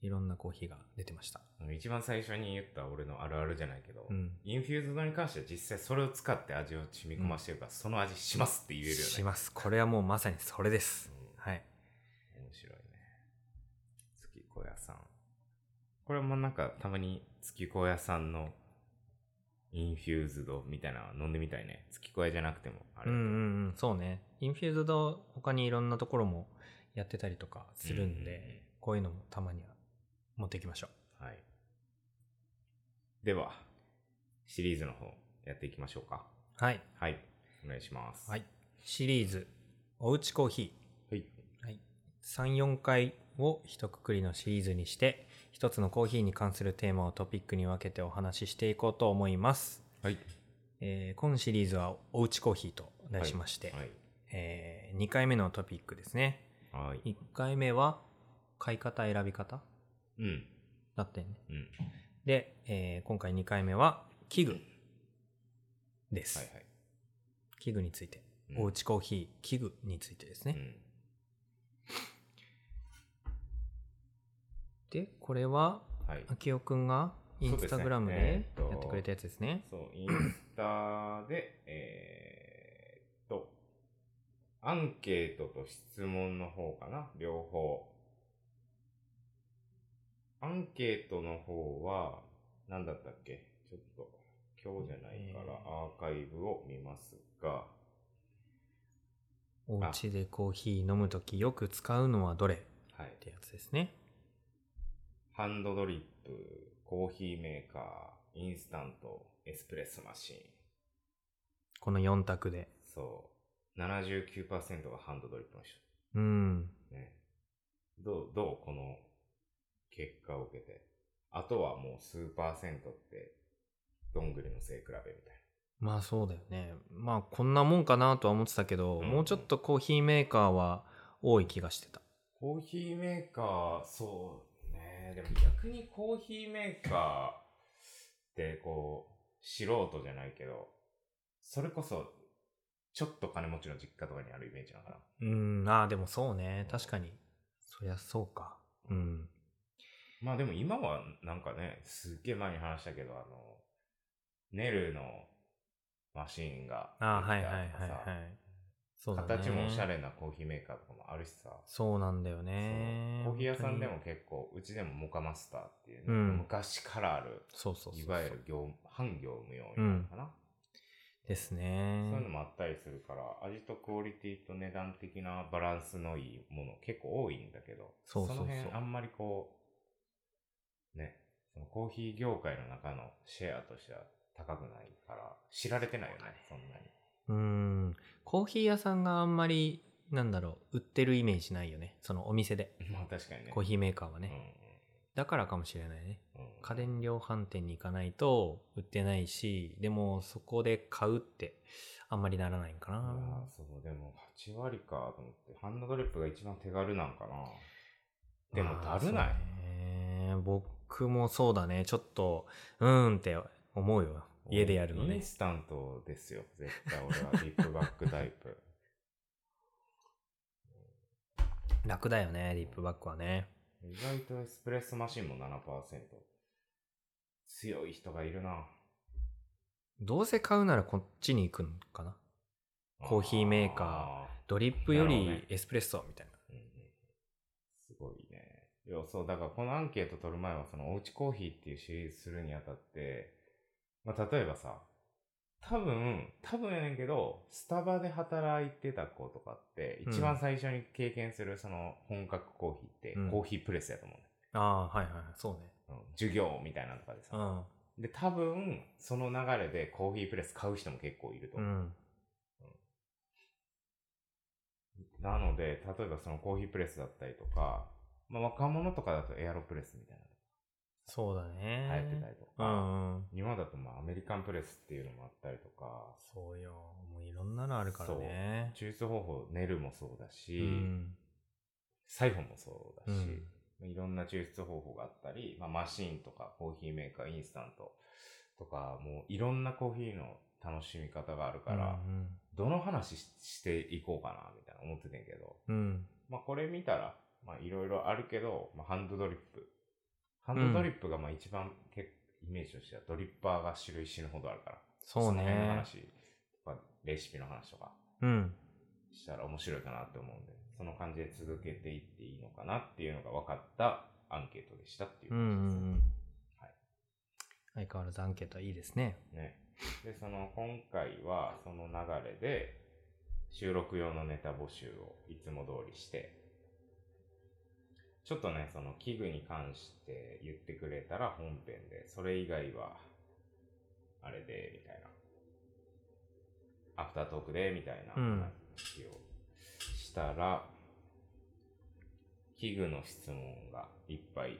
いろんなコーヒーが出てました。
あの一番最初に言った俺のあるあるじゃないけど、
うん。
インフューズドに関しては実際それを使って味を染み込ませてるから、その味しますって言えるよね。
します。これはもうまさにそれです。はい。
うん面白いね。月小屋さん。これもなんかたまに月小屋さんのインフューズドみたいなの飲んでみたいね。月小屋じゃなくてもあ
う
れだけど、
んうんうん、そうね。インフューズド、他にいろんなところもやってたりとかするんで、
うんうんうん
こういうのもたまには持っていきましょ
はい。では、シリーズの方やっていきましょうか。
う。はい。
はい。お願いします。
はい。シリーズ、おうちコーヒー。
はい。
はい、34回を一括りのシリーズにして一つのコーヒーに関するテーマをトピックに分けてお話ししていこうと思います、
はい。
えー今シリーズは「おうちコーヒー」と題しまして、
はい。
え2回目のトピックですね
はい。
1回目は買い方選び方
うん。
だったよね
うん。
で、えー今回2回目は器具です、
はいはい。
器具について、
うん
おうちコーヒー器具についてですね、
うん。
でこれは
はい。
明夫くんがインスタグラム
そうです
で
ねえーっと
やってくれたやつですね
そう、インスタで、えーっと、アンケートと質問の方かな、両方。アンケートの方は、何だったっけちょっと、今日じゃないから
えー
アーカイブを見ますが、
お家でコーヒー飲むときよく使うのはどれっ
はい。
てやつですね。
ハンドドリップ、コーヒーメーカー、インスタント、エスプレッソマシン。
この4択で。
そう。79%がハンドドリップの人。
うん。
ね。どう、どうこの結果を受けて。あとはもう数パーセントって、どんぐりの背比べみたい
まあそうだよね。まあこんなもんかなとは思ってたけど、
うん
もうちょっとコーヒーメーカーは多い気がして
な。
た。
コーヒーメーカー、そうね。でも逆にコーヒーメーカーってこう、素人じゃないけど、それこそ、ちょっと金持ちの実家とかにあるイメージなのかな。
うん、ああでもそうね。確かに。そりゃそうか。うん。
まあでも今はなんかね、すっげえ前に話したけど、あの、ネルのマシーンが
ああは
でき
いはい
た
は
とか
い
さ
はい。そうだね。
形もおしゃ。れなコーヒーメーカーとかもあるしさ、
そうなんだよ
そ
ね
う。コーヒー屋さんでも
本
結構うちでもモカマスターっていうね、
うん
昔からある
当に。そうそうそうそう。
いわゆる業務半業務用になるのかな、
ですね。
そういうのもあったりするから味とクオリティと値段的なバランスのいいもの結構多いんだけど
そうそうそう
の辺あんまりこうねそのコーヒー業界の中のシェアとしては高くないから、知られてないよね、そんなに。
うーん。コーヒー屋さんがあんまり、なんだろう、売ってるイメージないよね。そのお店で。
まあ確かにね。
コーヒーメーカーは
ー
ね。だからかもしれないね。
うんうん。
家電量販店に行かないと売ってないし、でもそこで買うってあんまりならないんか
いや
な
ー。そう、でも8割かと思って、ハンドドリップが一番手軽なんかな。でもだるない
まあ。そうね僕もそうだね。ちょっと、うーんって思うよ。家でやるの
イン
ね。
スタントですよ、絶対俺は。リップバックタイプ。
楽だよね、リップバックはね。
意外とエスプレッソマシンも7%。強い人がいるな。
どうせ買うならこっちに行くのかな。コーヒーメーカドリップよ
なるほど
り
ね
エスプレッソみたいな。
ー。うんうんすごいね。いや、そう、だからこのアンケート取る前は、そのおうちコーヒーっていうシリーズするにあたって、まあ、例えばさ、多分、多分やねんけど、スタバで働いてた子とかって、
うん
一番最初に経験するその本格コーヒーって、
うん
コーヒープレスやと思うね、
ああ、はいはいはい、そうね。
うん授業みたいなのとかでさ、
う
で、多分、その流れでコーヒープレス買う人も結構いると思う。
ん。うん。
なので、例えばそのコーヒープレスだったりとか、まあ、若者とかだとエアロプレスみたい
そうだね。
なの流行ってたりと
う
か、
んうん。
今だとまあアメリカンプレスっていうのもあったりとか、
そうよ。もういろんなのあるからね。
抽出方法、ネルもそうだ
う
し、
ん。
サイフォンもそう
う
だし、
ん。
まあいろんな抽出方法があったり、まあ、マシーンとかコーヒーメーカー、インスタントとか、もういろんなコーヒーの楽しみ方があるから、
うん
どの話ししていこうかな、みたいな思ってたんやけど、
うん。うん。
まあこれ見たら、まあいろいろあるけど、まあハンドドリップ。ハンドドリップがまあ一番け、イメージとしてはドリッパーが種類死ぬほどあるから。
そう
の辺の
ね。
話とか、レシピの話とか
うん。
したら面白いかなって思うんで、その感じで続けていっていいのかなっていうのが分かったアンケートでしたっていう
うん
感
う
じですね。
んうん。
はい
相変わらずアンケートはいいですね。
ね。で、その、今回は、その流れで、収録用のネタ募集をいつも通りして、ちょっとね、その器具に関して言ってくれたら本編で、それ以外は、あれで、みたいな。アフタートークで、みたいな
うん
話をしたら、器具の質問がいっぱい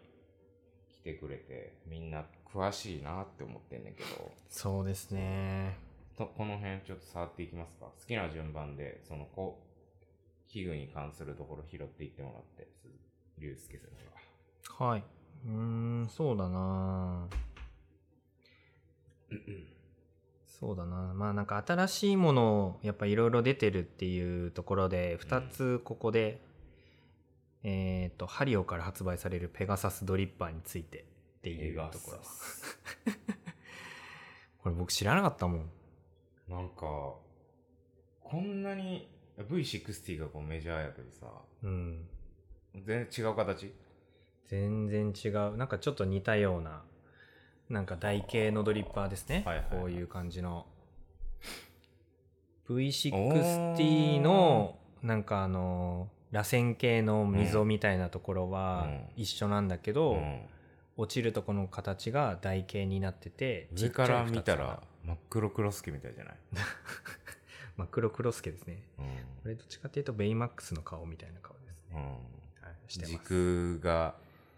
来てくれて、みんな詳しいなって思ってんねんけど、
そうですね。
とこの辺ちょっと触っていきますか。好きな順番で、そのこう、器具に関するところ拾っていってもらって、鈴龍介さんが。
はい。うーん、そうだなそうだなまあなんか新しいものやっぱいろいろ出てるっていうところで2つここで、えっ、とハリオから発売されるペガサスドリッパーについてっていうとこ
ペ
ろ
ガサ
これ僕知らなかったもん
なんか、こんなに V60 がこうメジャーやけどさ、
うん
全然違う形
全然違うなんかちょっと似たようななんか台形のドリッパーですね、
はいはいはい
こういう感じの V60 のなんかあの螺旋形の溝みたいなところは
うん
一緒なんだけど、
うん
落ちるとこの形が台形になってて
上から
ちっちゃい二
見
つか
た
な
ら真っ黒クロスケみたいじゃない、
真っ黒クロスケですねこ
う
れどっちかっていうとベイマックスの顔みたいな顔です
ん
ね、
うん、
はい、してます
軸が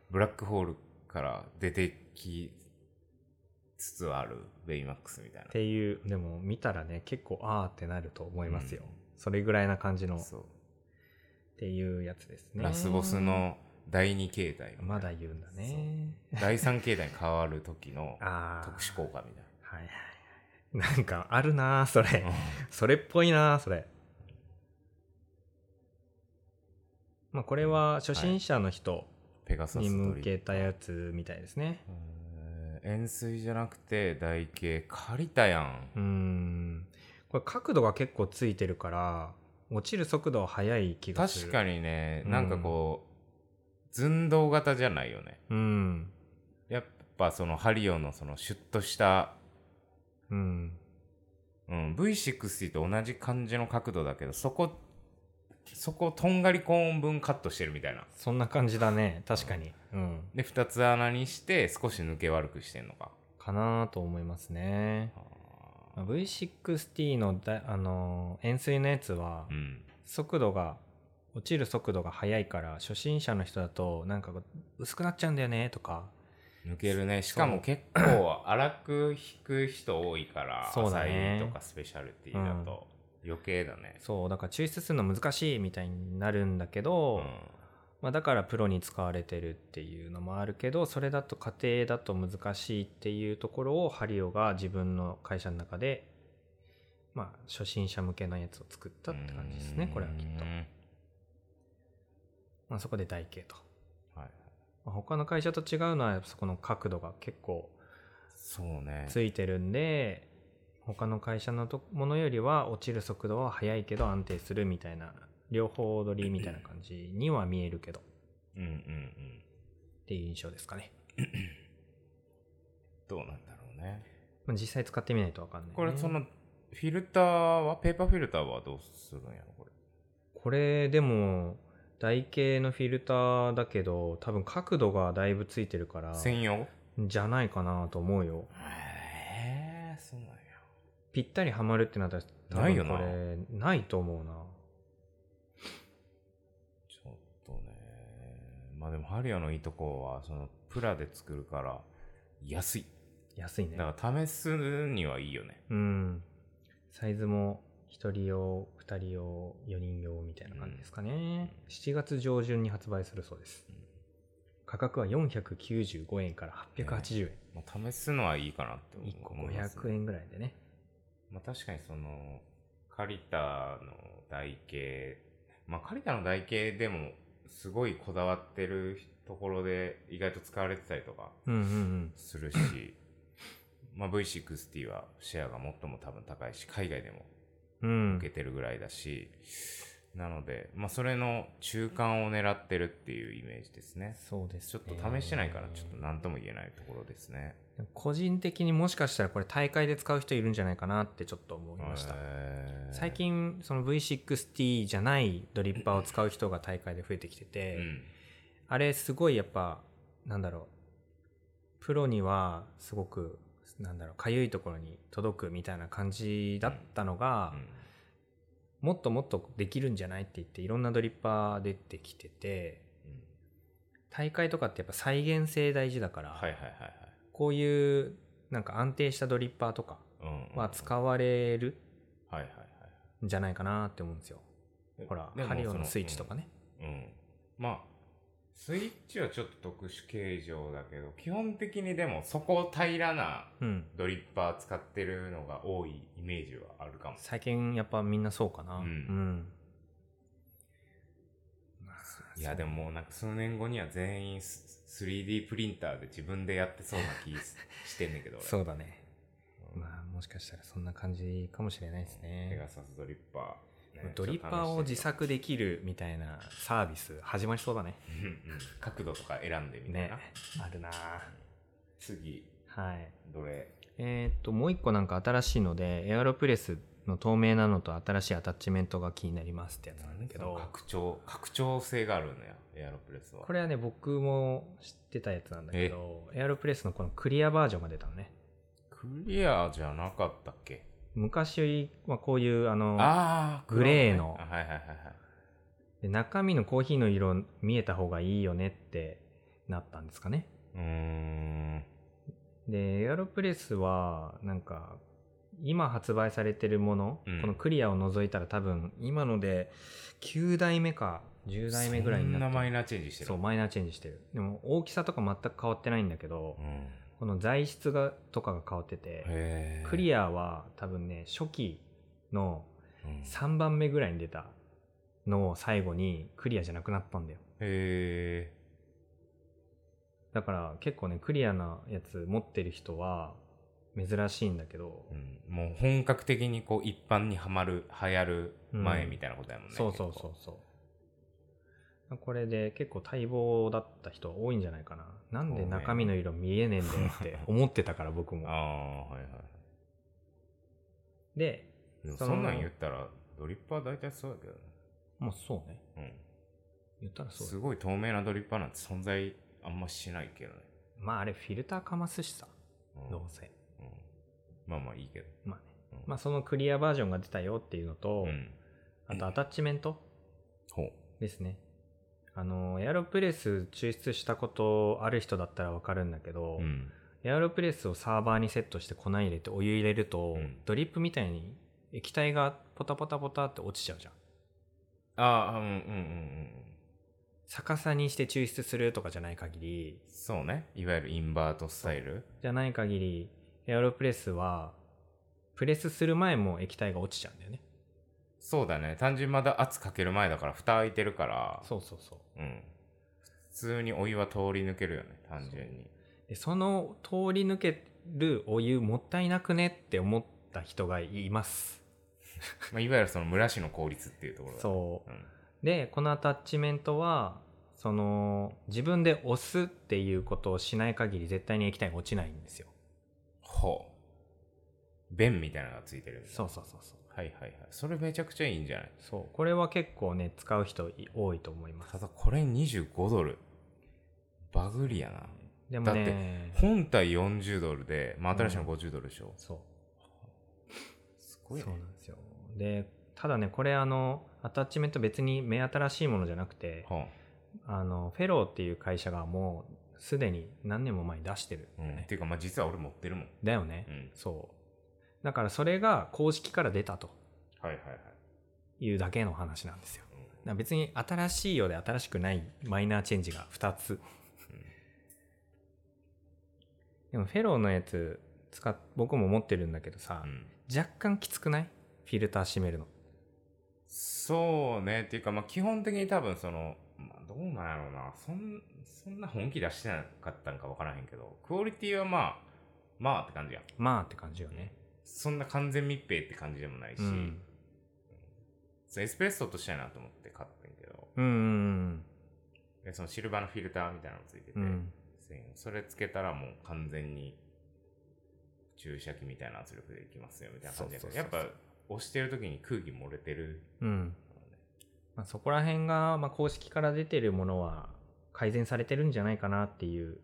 ブラックホールから出てきつつあるベイマックスみたい
っ
な。
ていうでも見たらね結構あーってなると思いますよ、
うん
それぐらいな感じの
そう
っていうやつですね
ラスボスの第2形態みたいな
まだ言うんだね
そう第3形態に変わる時の
ああ
特殊効果みたい
はいはいはいなんかあるなーそれ
な、
それっぽいなーそれまあこれは初心者の人
ペガサス
に
ド
向
リ
けた
や
やつみたいですね
円錐じゃなくて台形借りたやん
うーんこれ角度が結構ついてるから落ちる速度は速い気がす
確
る
か
に
にね、
うん
なんかこう寸胴型じゃないよね
うん
やっぱそのハリオのそのシュッとした、
うん
うん、V60 と同じ感じの角度だけどそこそこをとんがりコーン分カットしてるみたいな。
そんな感じだね。確かに。うん。
で、2つ穴にして少し抜け悪くしてんのか。
かなと思いますね。まあ V60 のだ、あのー円錐のやつは
う、ん。
速度が、落ちる速度が速いから、初心者の人だと、なんか、薄くなっちゃうんだよね、とか。
抜けるね。しかも結構荒く引く人多いから、
そうだね
浅いとかスペシャルティだと余計だね。
そう、だから抽出するの難しいみたいになるんだけど、まあ、だからプロに使われてるっていうのもあるけどそれだと家庭だと難しいっていうところをハリオが自分の会社の中で、まあ、初心者向けのやつを作ったって感じですねこれはきっと
う、ん
まあ、そこで台形と、
はい
まあ、他の会社と違うのはそこの角度が結構
そうね。
ついてるんで他の会社のとものよりは落ちる速度は速いけど安定するみたいな両方取りみたいな感じには見えるけど
うんうんうん。
っていう印象ですかね
どうなんだろうね。
まあ実際使ってみないと分かんない、ね、
これそのフィルターは、ペーパーフィルターはどうするんやろこれ。
これでも台形のフィルターだけど多分角度がだいぶついてるから
専用
じゃないかなと思うよ
へえ、そうなんや。
ぴったりはまるってなったら多分
ないよな
これないと思うな
ちょっとね。まあでも、ハリオのいいとこは、その、プラで作るから、安い。
安いね
だから、試すにはいいよね。
うんサイズも1人用2人用4人用みたいな感じですかね、7月上旬に発売するそうです、
うん
価格は495円から880円、
まあ、試すのはいいかなって思
1個
思います
500円ぐらいでね
まあ、確かにその、カリタの台形、まあ、カリタの台形でも、すごいこだわってるところで、意外と使われてたりとか
うんうんうん
するし、 まあ、V60 はシェアが最も多分高いし、海外でも
うん
受けてるぐらいだし、なので、まあ、それの中間を狙ってるっていうイメージですね。
そうです、
ちょっと試してないから、ちょっと何とも言えないところですね。
個人的にもしかしたらこれ大会で使う人いるんじゃないかなってちょっと思いました、
えー
最、近その V60 じゃないドリッパーを使う人が大会で増えてきてて、
うん。
あれすごいやっぱなんだろうプロにはすごくなんだろうかゆいところに届くみたいな感じだったのが、
うん
もっともっとできるんじゃないって言っていろんなドリッパー出てきてて
うん
大会とかってやっぱ再現性大事だから、
はいはいはいはい。
こういうなんか安定したドリッパーとか
うんうん
は使われる
はいはいはい
んじゃないかなって思うんですよ。
え
ほら、
でも
ハリオ
そ
のスイッチとかね。
うん、うんまあスイッチはちょっと特殊形状だけど基本的にでもそこ平らな
うん。
ドリッパー使ってるのが多いイメージはあるかも
最近やっぱみんなそうかな。う
うん
ん。
いやでももうなんか数年後には全員す 3D プリンターで自分でやってそうな気すしてんねんけど俺
そうだね。
うん
まあもしかしたらそんな感じかもしれないです
ペガ
ね。
サスドリッパー、ね
ドリッパーを自作できるみたいなサービス始まりそうだね。
うんうん角度とか選んでみたい
ね
な、。
あるな
次
はい。
どれ
えーっと、もう一個なんか新しいので、エアロプレスの透明なのと新しいアタッチメントが気になりますってやつなんだけど。
拡張拡張性があるのやエアロプレスは
これはね、僕も知ってたやつなんだけど、エアロプレスのこのクリアバージョンが出たのね。
クリアじゃなかったっけ
昔はこういう、あの、
ああ
グレーの
はいはいはいはい
で中身のコーヒーの色見えた方がいいよねってなったんですかね。
うーん
で、エアロプレスは、なんか、今発売されてるもの、
うん
このクリアを除いたら多分、今ので9代目か10代目ぐらいに
そ
なって
ん
る
なマイナーチェンジしてる
そう、マイナーチェンジしてる。でも大きさとか全く変わってないんだけど、
うん、へ
この材質が、とかが変わってて、
え
クリアは多分ね初期の
ア、うん、へ
3番目ぐらいに出たのを最後にクリアじゃなくなったんだよ
え
だから結構ねクリアなやつ持ってる人は珍しいんだけど、
うん、もう本格的にこう一般にはまる流行る前みたいなことやもんね、
そうそうそうそうこれで結構待望だった人多いんじゃないかななんで中身の色見えねえんだよって思ってたから僕
う
も
ああーはいはい
で
でも
そ
そ
の
んなん言ったらドリッパー大体そうやけどね
まあそうね。
うん。
言ったらそうだ
すごい透明なドリッパーなんて存在あんましないけどね。
まああれフィルターかますしさ、
うん
どうせ。
うんまあまあいいけど。
まあね。
うん
まあそのクリアバージョンが出たよっていうのと、
うん。
あとアタッチメント
ほう。
ですね。あの、エアロプレス抽出したことある人だったらわかるんだけど、
うん。
エアロプレスをサーバーにセットして粉入れてお湯入れると、
うん
ドリップみたいに液体がポタポタポタって落ちちゃうじゃん。
ああ、うんうんうんうん。
逆さにして抽出するとかじゃない限り、
そうね。いわゆるインバートスタイル。
じゃない限り、エアロプレスは、プレスする前も液体が落ちちゃうんだよね。
そうだね。単純にまだ圧かける前だから、蓋開いてるから。
そうそうそう。
う。ん。普通にお湯は通り抜けるよね、単純に。
で、その通り抜けるお湯もったいなくねって思った人がいます。
まあ、いわゆるその蒸らしの効率っていうところだね
そう。
うん。
で、このアタッチメントは、その、自分で押すっていうことをしない限り絶対に液体が落ちないんですよ。
ほう。弁みたいなのがついてるよね
そうそうそうそう。
はいはいはい。それめちゃくちゃいいんじゃない
そう。これは結構ね、使う人い多いと思います
た。だこれ25ドル。バグりやな。
でもね、
本体40ドルで、まあ新しいの50ドルでしょ。
そう。
す
そ
ご
う
いね。
なんですよ。で、ただね、これあの、アタッチメント別に目新しいものじゃなくて、
は
あの、フェローっていう会社がもう、すでに何年も前に出してる
あ
よ
うん、っ
ね、
ていうか、まあ実は俺持ってるもん。
だよね、
うん。
そう。だからそれが公式から出たと
はいはいはい。
いうだけの話なんですよ。
うん
だから別に新しいようで新しくないマイナーチェンジが2つ。でもフェローのやつ使っ、僕も持ってるんだけどさ、
うん
若干きつくないフィルター閉めるの。
そうね。っていうか、まあ基本的に多分その、まあ、どうなんやろうな。そん、そんな本気出してなかったんかわからへんけど、クオリティはまあ、まあって感じやん。
まあって感じよね。
そんな完全密閉って感じでもないし、
うん。
そのエスプレッソとしたいなと思って買ったんやけど、
うんうん
でそのシルバーのフィルターみたいなのついてて、
うんうん。うん。
1000円それつけたらもう完全に注射器みたいな圧力でいきますよみたいな感じだけど
そう
や
そ
っ
うそう
ぱ押してる時に空気漏れてる
うん
のね
まあ、そこら辺が、まあ、公式から出てるものは改善されてるんじゃないかなっていう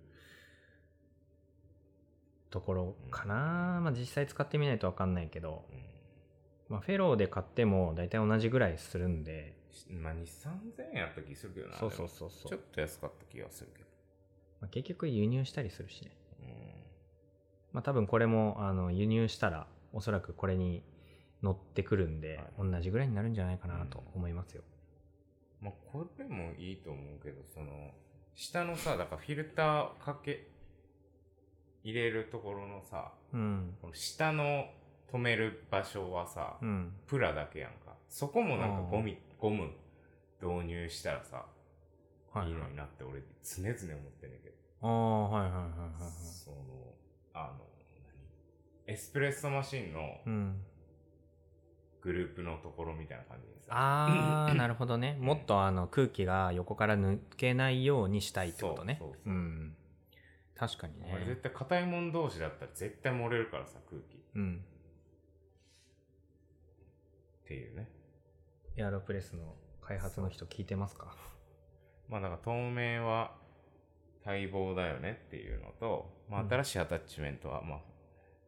ところかな、まあ、実際使ってみないと分かんないけど、まあ、フェローで買っても大体同じぐらいするんで
うん、まあ2 3 0 0円やった気するけどな
そうそう
で
そう
も
そ
ちょ
う
っ、と安かった気がするけど、
まあ、結局輸入したりするしね、
うん
まあ、多分これもあの輸入したらおそらくこれに乗ってくるんで、
はい
同じぐらいになるんじゃないかなと思いますよ、
まあ、これもいいと思うけどその下のさだからフィルターかけ入れるところのさ
うん
この下の止める場所はさ、
うん
プラだけやんかそこもなんかゴミゴム導入したらさ
はいい
い
はい
のになって俺常々思ってんねんけど、
ああはいはいはいはいはい
そのあの何エスプレッソマシンの
うん
グループのところみたいな感じにさ、
あ あなるほどねもっとあの空気が横から抜けないようにしたいってことね
そうそうそうん
確かに
あれ
ね
絶対硬いもん同士だったら絶対漏れるからさ空気っ
うん
ていうね
エアロプレスの開発の人聞いてますか
まあだから透明は待望だよねっていうのと、まあ、
うん
新しいアタッチメントはまあ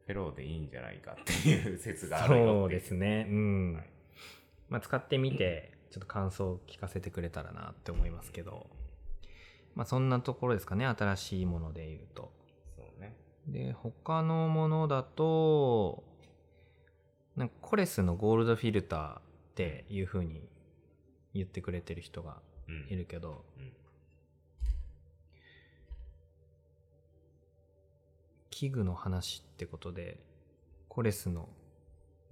フェローでいいんじゃないかっていう説があるよってい
そうですねうん、
はい
まあ、使ってみてちょっと感想を聞かせてくれたらなって思いますけどまあそんなところですかね新しいもので言うと
そうね
で他のものだとなんかコレスのゴールドフィルターっていう風に言ってくれてる人が
うん
いるけど、
うん
器具の話ってことでコレスの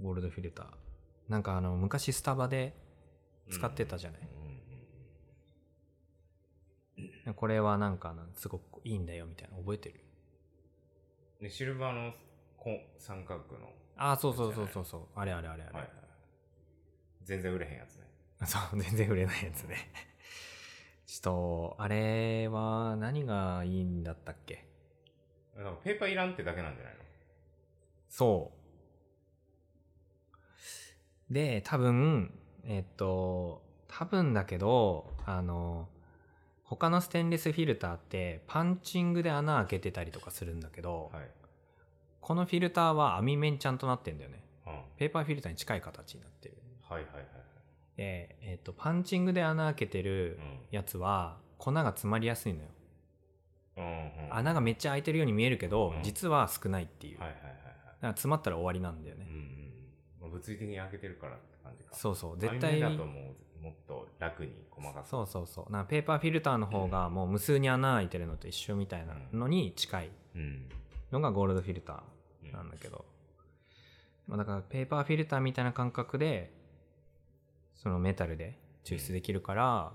ゴールドフィルターなんかあの昔スタバで使ってたじゃない、
うんうん
これはなんかあのすごくいいんだよみたいな覚えてる
うんでシルバーのこ三角の、
ああそうそうそうそうそうあれあれあれあれ、
はいはい、全然売れへんやつね
そう、全然売れないやつね。ちょっと、あれは何がいいんだったっけ
だからペーパーいらんってだけなんじゃないの
そう。で、多分、えっと、多分だけど、あの、他のステンレスフィルターってパンチングで穴開けてたりとかするんだけど、
はい。
このフィルターは網面ちゃんとなってんだよね。
うん。はい
ペーパーフィルターに近い形になってる。
はいはいはい。
で、えっ、と、パンチングで穴開けてる
うん
やつは粉が詰まりやすいのよ。
うんうん。
穴がめっちゃ開いてるように見えるけど
うん、
実は少ないっていう。
はいはいはい
だ
は
から詰まったら終わりなんだよ
い。う
ね
ん。うんうん。まあ物理的に開けてるからって感じか。
そうそう、
絶
絶
対
対。
だともうもっと楽に細かく
そうそうそうなんかペーパーフィルターの方がもう無数に穴開いてるのと一緒みたいなのに近い
うん
のがゴールドフィルタ
うん
ーなんだけど、まあだからペーパーフィルターみたいな感覚でそのメタルで抽出できるから、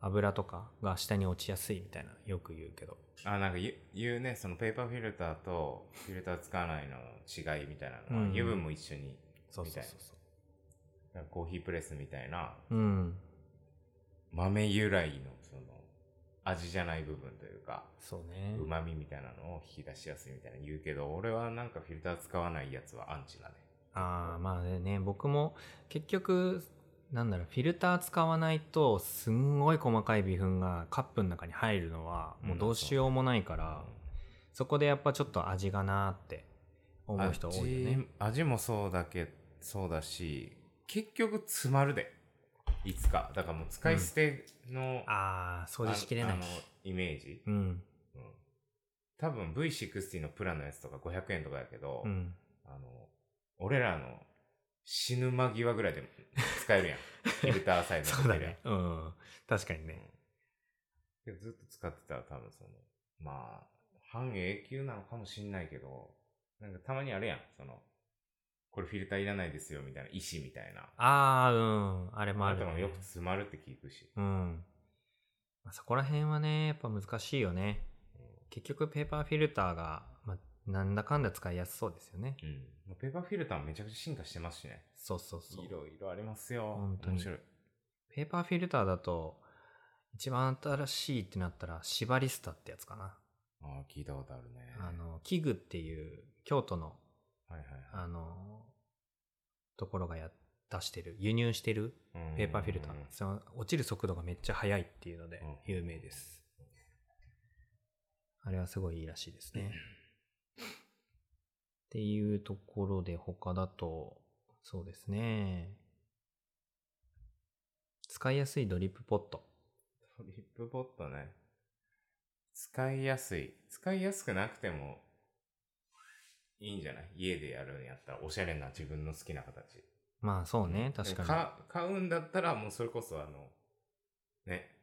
油とかが下に落ちやすいみたいなよく言うけど
あなんか言う言うねそのペーパーフィルターとフィルター使わないの違いみたいなのは、
うん
油分も一緒に
そうそうそうそ
なんかコーヒープレスみたいな
ううん
豆由来のその味じゃない部分というか
そうね
うまみみたいなのを引き出しやすいみたいな言うけど俺はなんかフィルター使わないやつはアンチだね
ああまあね僕も結局なんだろうフィルター使わないとすんごい細かい微粉がカップの中に入るのはもうどうしようもないから、そこでやっぱちょっと味がなーって思う人多いよね
味味もそうだけそうだし結局詰まるでいつかだからもう使い捨ての、
ああ掃除しきれな
あ
い
のイメージ、
うん
うん多分 V60 のプラのやつとか500円とかやけど、
うん
あの俺らの死ぬ間際ぐらいでも使えるやん フィルターサイズの
そうだねうん確かにね
けどずっと使ってたら多分そのまあ半永久なのかもしんないけどなんかたまにあるやんそのこれフィルターいらないですよみたいな石みたいな
ああうんあれもあ
あ
る
と
ね、
もよく詰まるって聞くし、
うん、まあ、そこら辺はねやっぱ難しいよね結局ペーパーフィルターが、まあ、なんだかんだ使いやすそうですよね
うんまあペーパーフィルターもめちゃくちゃ進化してますしね
そうそうそう
いろいろありますよ
本当に
面白い
ペーパーフィルターだと一番新しいってなったらシバリスタってやつかな、
ああ聞いたことあるね
あの器具っていう京都の
はいはいはい
あのところがや出してる輸入してる
うん
ペーパーフィルターなんですよ落ちる速度がめっちゃ速いっていうので
うん
有名ですあれはすごいいいらしいですねっていうところで他だとそうですね使いやすいドリップポット
トリップボットね。使いやすい。使いやすくなくてもいいんじゃない家でやるんやったらおしゃれな自分の好きな形。
まあそうね確かに
買買うんだったらもうそれこそあの、ね。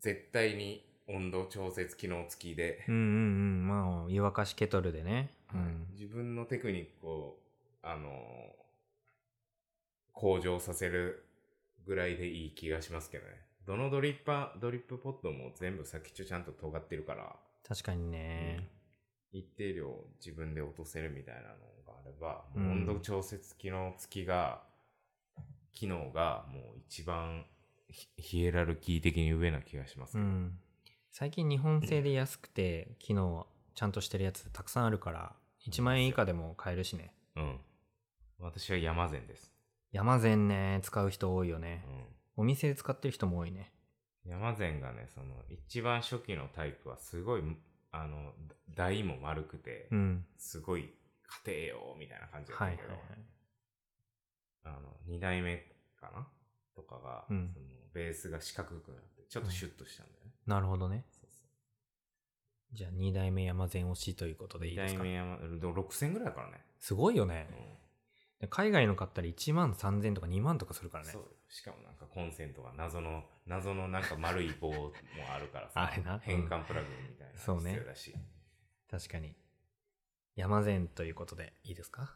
絶対に温度調節機能付きで、
うんうんうんまあ湯沸かしケトルでね、う
はい
ん、
自分のテクニックを、あの向上させるぐらいでいい気がしますけどね。どのドリッパー、ドリップポットも全部先っちょちゃんと尖ってるから、
確かにね、
一定量自分で落とせるみたいなのがあれば、
うん
もう温度調節機能付きが、機能がもう一番ヒヒエラルキー的に上な気がしますけ
う
ど。
ん、最近日本製で安くて機能ちゃんとしてるやつたくさんあるから1万円以下でも買えるしね
うん私は山善です。
山善ね使う人多いよ
う
ね
ん
お店で使ってる人も多いね
山善がね、その一番初期のタイプはすごい、あの、台も丸くて、
うん
すごい家庭用みたいな感じだった
はい
け
はい
ど、
はい
あの、二代目かなとかが、
うん
そのベースが四角くなって、ちょっとシュッとしたんだよね。
なるほどね
そうそう
じゃあ2代目山善推しということでいい
二
です
代
か
目山、でも6000ぐらいだからね。
すごいよね
うん
で海外の買ったら1万3000とか2万とかするからね、
そうしかもなんかコンセントが謎の、謎のなんか丸い棒もあるからさ
あれなうん
変換プラグみたいな。
そうね
必要だし。
確かに山善ということでいいですか、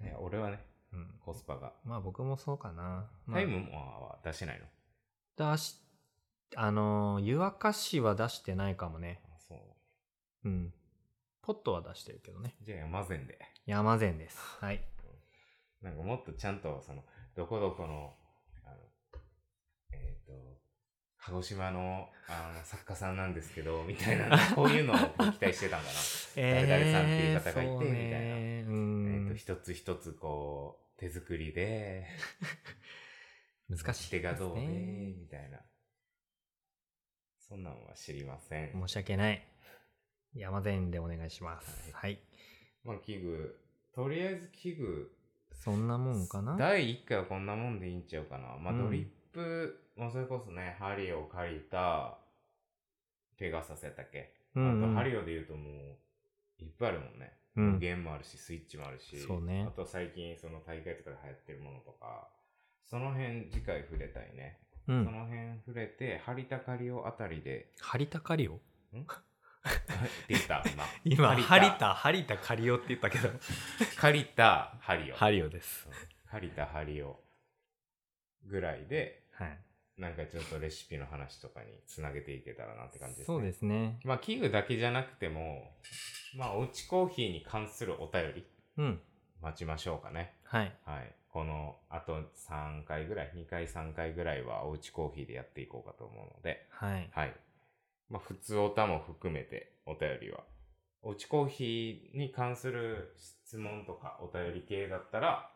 いや俺はね、
うん、
コスパが。
まあ僕もそうかな、まあ
タイムもあ出してないの。
出し、あのー、湯沸かしは出してないかもね。
あそう。
うん。ポットは出してるけどね。
じゃあ山善で。
山善です。はい。
なんかもっとちゃんと、その、どこどこの、あの、えっ、と、鹿児島のあの作家さんなんですけど、みたいな、こういうのを期待してたんだな。誰々さんっていう方がいて
そう ねう
えっと、
ん。
一つ一つこう、手作りで、
難しい
手
で
が
す
どうで、
ね。
みたいな。そんなんは知りません。
申し訳ない。山善でお願いします。はい。
まあ、器具、とりあえず器具、
そんなもんかな
第1回はこんなもんでいいんちゃうかな。まあ、
うん
ドリップ、もうそれこそね、針を借りた、ペガサスやったっけ、
うん
あと、ハ
うん
リオで言うともう、いっぱいあるもんね。
うん
無限もあるし、スイッチもあるし、
そうね
あと最近、その大会とかで流行ってるものとか、その辺、次回触れたいね。
う
そ
ん。
の辺触れて、ハリタカリオあたりで、
ハリタカリオ
でした、今。
今、ハ
ハリ
リ
タ
タ、ハリタカリオって言ったけど。
借りたハリオ。
ハリオです。
借りたハリオ。ぐらいで、
はい。
なんかちょっとレシピの話とかにつなげていけたらなって感じですね。
そうですね。
まあ、器具だけじゃなくても、まあ、おうちコーヒーに関するお便り、
うん。
待ちましょうかね。
はい。
はい。この、あと3回ぐらい、2回3回ぐらいは、おうちコーヒーでやっていこうかと思うので、
はい。
はい。まあ、普通おたも含めて、お便りは。おうちコーヒーに関する質問とか、お便り系だったら、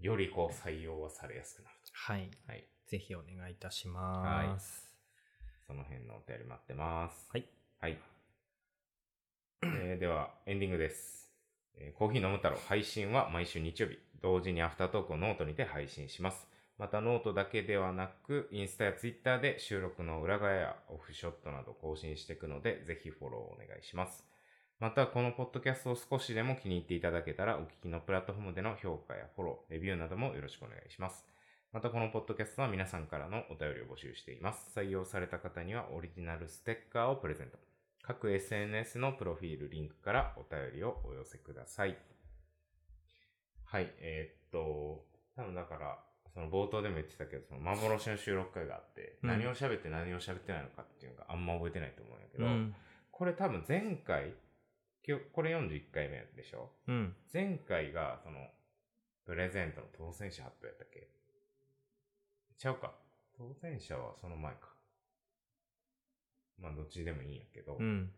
よりこう、採用はされやすくなる
はい。
と。はい。
ぜひお願いいたします。
その辺のお便り待ってます。
はい。
はい。えーでは、エンディングです。えーコーヒー飲む太郎配信は毎週日曜日、同時にアフタートークをノートにて配信します。またノートだけではなく、インスタやツイッターで収録の裏側やオフショットなど更新していくので、ぜひフォローお願いします。また、このポッドキャストを少しでも気に入っていただけたら、お聞きのプラットフォームでの評価やフォロー、レビューなどもよろしくお願いします。またこのポッドキャストは皆さんからのお便りを募集しています。採用された方にはオリジナルステッカーをプレゼント。各 SNS のプロフィールリンクからお便りをお寄せください。はい、えーっと、多分だから、その冒頭でも言ってたけど、その幻の収録会があって、
うん
何を喋って何を喋ってないのかっていうのがあんま覚えてないと思うんやけ
う
ど、
ん。
これ多分前回、今日これ41回目でしょ
うん。
前回が、その、プレゼントの当選者発表やったっけちゃうか。当選者はその前か。まあ、どっちでもいいんやけど、
うん。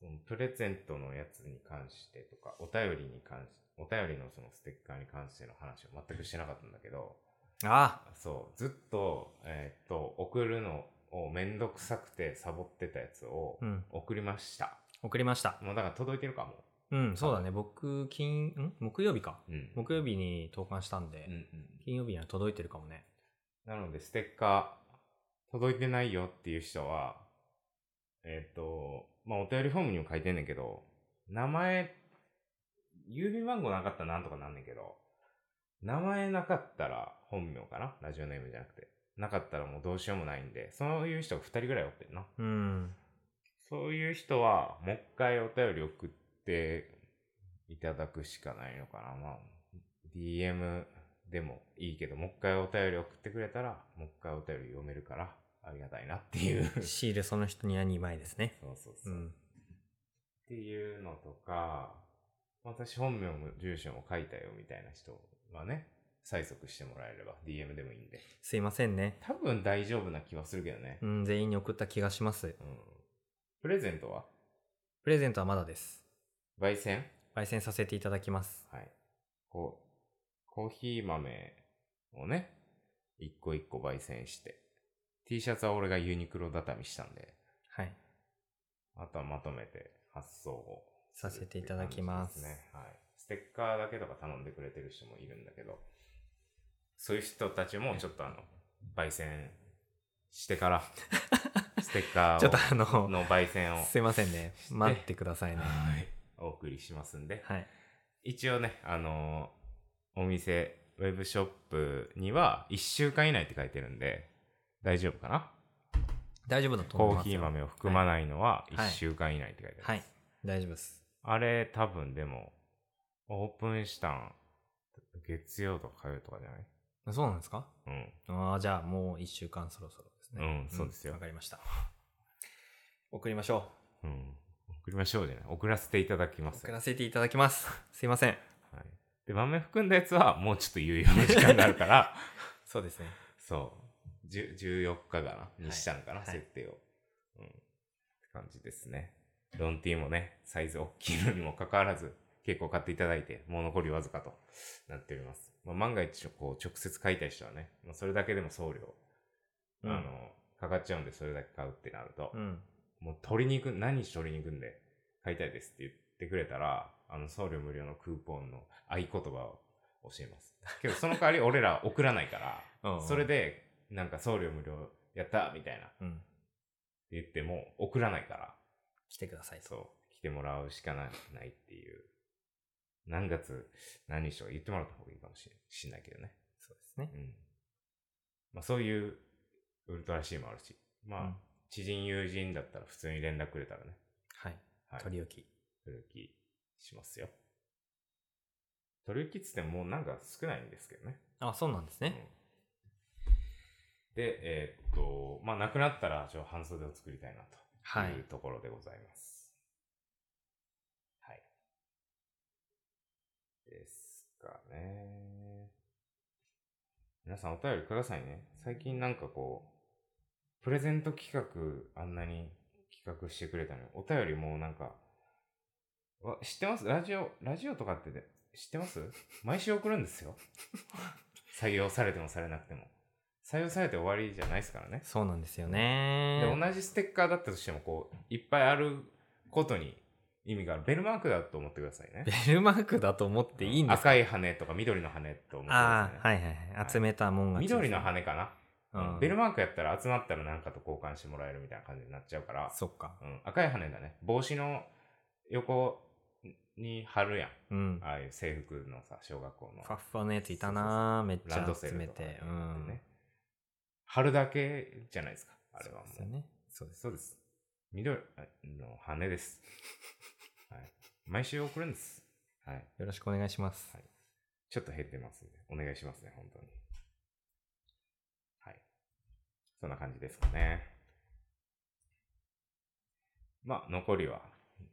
そのプレゼントのやつに関してとか、お便りに関しお便りのそのステッカーに関しての話を全くしてなかったんだけど、
あ
そう、ずっと、えーっと、送るのをめんどくさくてサボってたやつを
うん。
送りました。
送りました。
もうだから届いてるかも。
うん、そうだね。僕、金、ん木曜日か。
うん。
木曜日に投函したんで、
うんうん。
金曜日には届いてるかもね。
なので、ステッカー、届いてないよっていう人は、えっ、と、まあ、お便りフォームにも書いてんねんけど、名前、郵便番号なかったらなんとかなんねんけど、名前なかったら本名かなラジオネームじゃなくて。なかったらもうどうしようもないんで、そういう人が2人ぐらいおってんな。
うん。
そういう人は、もう一回お便り送っていただくしかないのかな。まあ、DM でもいいけど、もう一回お便り送ってくれたら、もう一回お便り読めるから、ありがたいなっていう。そう
シールその人には2枚ですね。
そうそうう。っ
ん。
ていうのとか、私本名も住所も書いたよみたいな人はね、催促してもらえれば、DM でもいいんで。
すいませんね。
多分大丈夫な気はするけどね
う。ん、全員に送った気がします。
うん。プレゼントは
プレゼントはまだです。
焙煎
焙煎させていただきます。
はい。こう、コーヒー豆をね、一個一個焙煎して、T シャツは俺がユニクロ畳みしたんで、
はい。
あとはまとめて発送を
させていただきます
するっていう感じですね。はい。ステッカーだけとか頼んでくれてる人もいるんだけど、そういう人たちもちょっとあの、焙煎してから、 ステッカ
ちょっと
ー
あ
を
の、
の焙煎を、
すいませんね。待ってくださいね。
はいお送りしますんで、
はい。
一応ね、あのーお店、ウェブショップには1週間以内って書いてるんで、大丈夫かな
大丈夫だと
コ
思い
ー
ます
ヒ
よ。
ー豆を含まないのは
はい
1週間以内って書いてます。
はい。大丈夫です。
あれ、多分でも、オープンしたん、月曜とか火曜とかじゃない
そうなんですか
うん。
ああ、じゃあもう1週間そろそろですね。
うんそうですよ
わかりました。送りましょ
うん。送りましょうじゃない送らせていただきま
う。
す。
送
はい
ら。せていただきます。すいません。
で、豆含んだやつはもうちょっと有用な時間になるから、
そうですね。
そう。じゅ14日かなにしたんかな、
はい
設定を。うん。って感じですね。ロンティーもね、サイズ大きいのにもかかわらず、結構買っていただいて、もう残りわずかとなっております。まあ、万が一、こう、直接買いたい人はね、まあ、それだけでも送料、
うん
あの、かかっちゃうんで、それだけ買うってなると、
うん。
もう取りに行く、何し取りに行くんで、買いたいですって言ってくれたら、あの、送料無料のクーポンの合言葉を教えます。けど、その代わり俺ら送らないから、
うん
それで、なんか送料無料やったみたいなって
うん。
言っても、送らないから、
来てくださいと。
そう、来てもらうしかないないっていう。何月何日とか言ってもらった方がいいかもしれしんないけどね。
そうですね
う。ん。まあそういうウルトラシーもあるし、まあ、
うん
知人友人だったら普通に連絡くれたらね、
はい。
はい、
取り置き。
取り置きしますよ。取り置きっつってももうなんか少ないんですけどね。
あ、そうなんですね。
うんで、えーっと、まあなくなったら、ちょっと半袖を作りたいなと。
はい
いうところでございます。はい。ですかね。皆さんお便りくださいね。最近なんかこう、プレゼント企画あんなに企画してくれたのに、お便りもうなんか、わ知ってますラジオ、ラジオとかってね、知って ます毎週送るんですよ。採用されてもされなくても。採用されて終わりじゃないですからね。
そうなんですよ
で
ね。
同じステッカーだったとしてもこういっぱいあることに意味があるベルマークだと思ってくださいね
ベルマークだと思っていいんですか
赤い羽とか緑の羽と思ってくだ
ああ、
さい、ね
はいはいはい。集めたもんが。
緑の羽かな、
うん
ベルマークやったら集まったら何かと交換してもらえるみたいな感じになっちゃうから、
そっか。
うん、赤い羽だね帽子の横に貼るやん
うん。
ああいう制服のさ小学校の
ファッファのやついたなーめっち
ランド
ゃ
セ
集
ル
め
とかね
て。うん。
貼るだけじゃないですかあれはもう
そうですよね。そうです。
そうです。緑の羽です。 はい。毎週送るんです。はい。
よろしくお願いします。
はいちょっと減ってますんで、お願いしますね、本当に。はい。そんな感じですかね。まあ、残りは、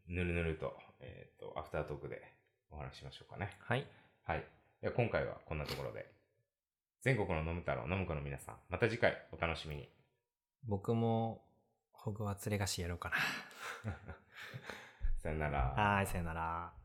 ぬるぬると、えっ、と、アフタートークでお話ししましょうかね。
はい。
はい。では今回はこんなところで。全国の飲む太郎、飲む子の皆さん、また次回お楽しみに。
僕も、ホグワーツレガシーやろうかな。
さよなら。
はーい、さよなら。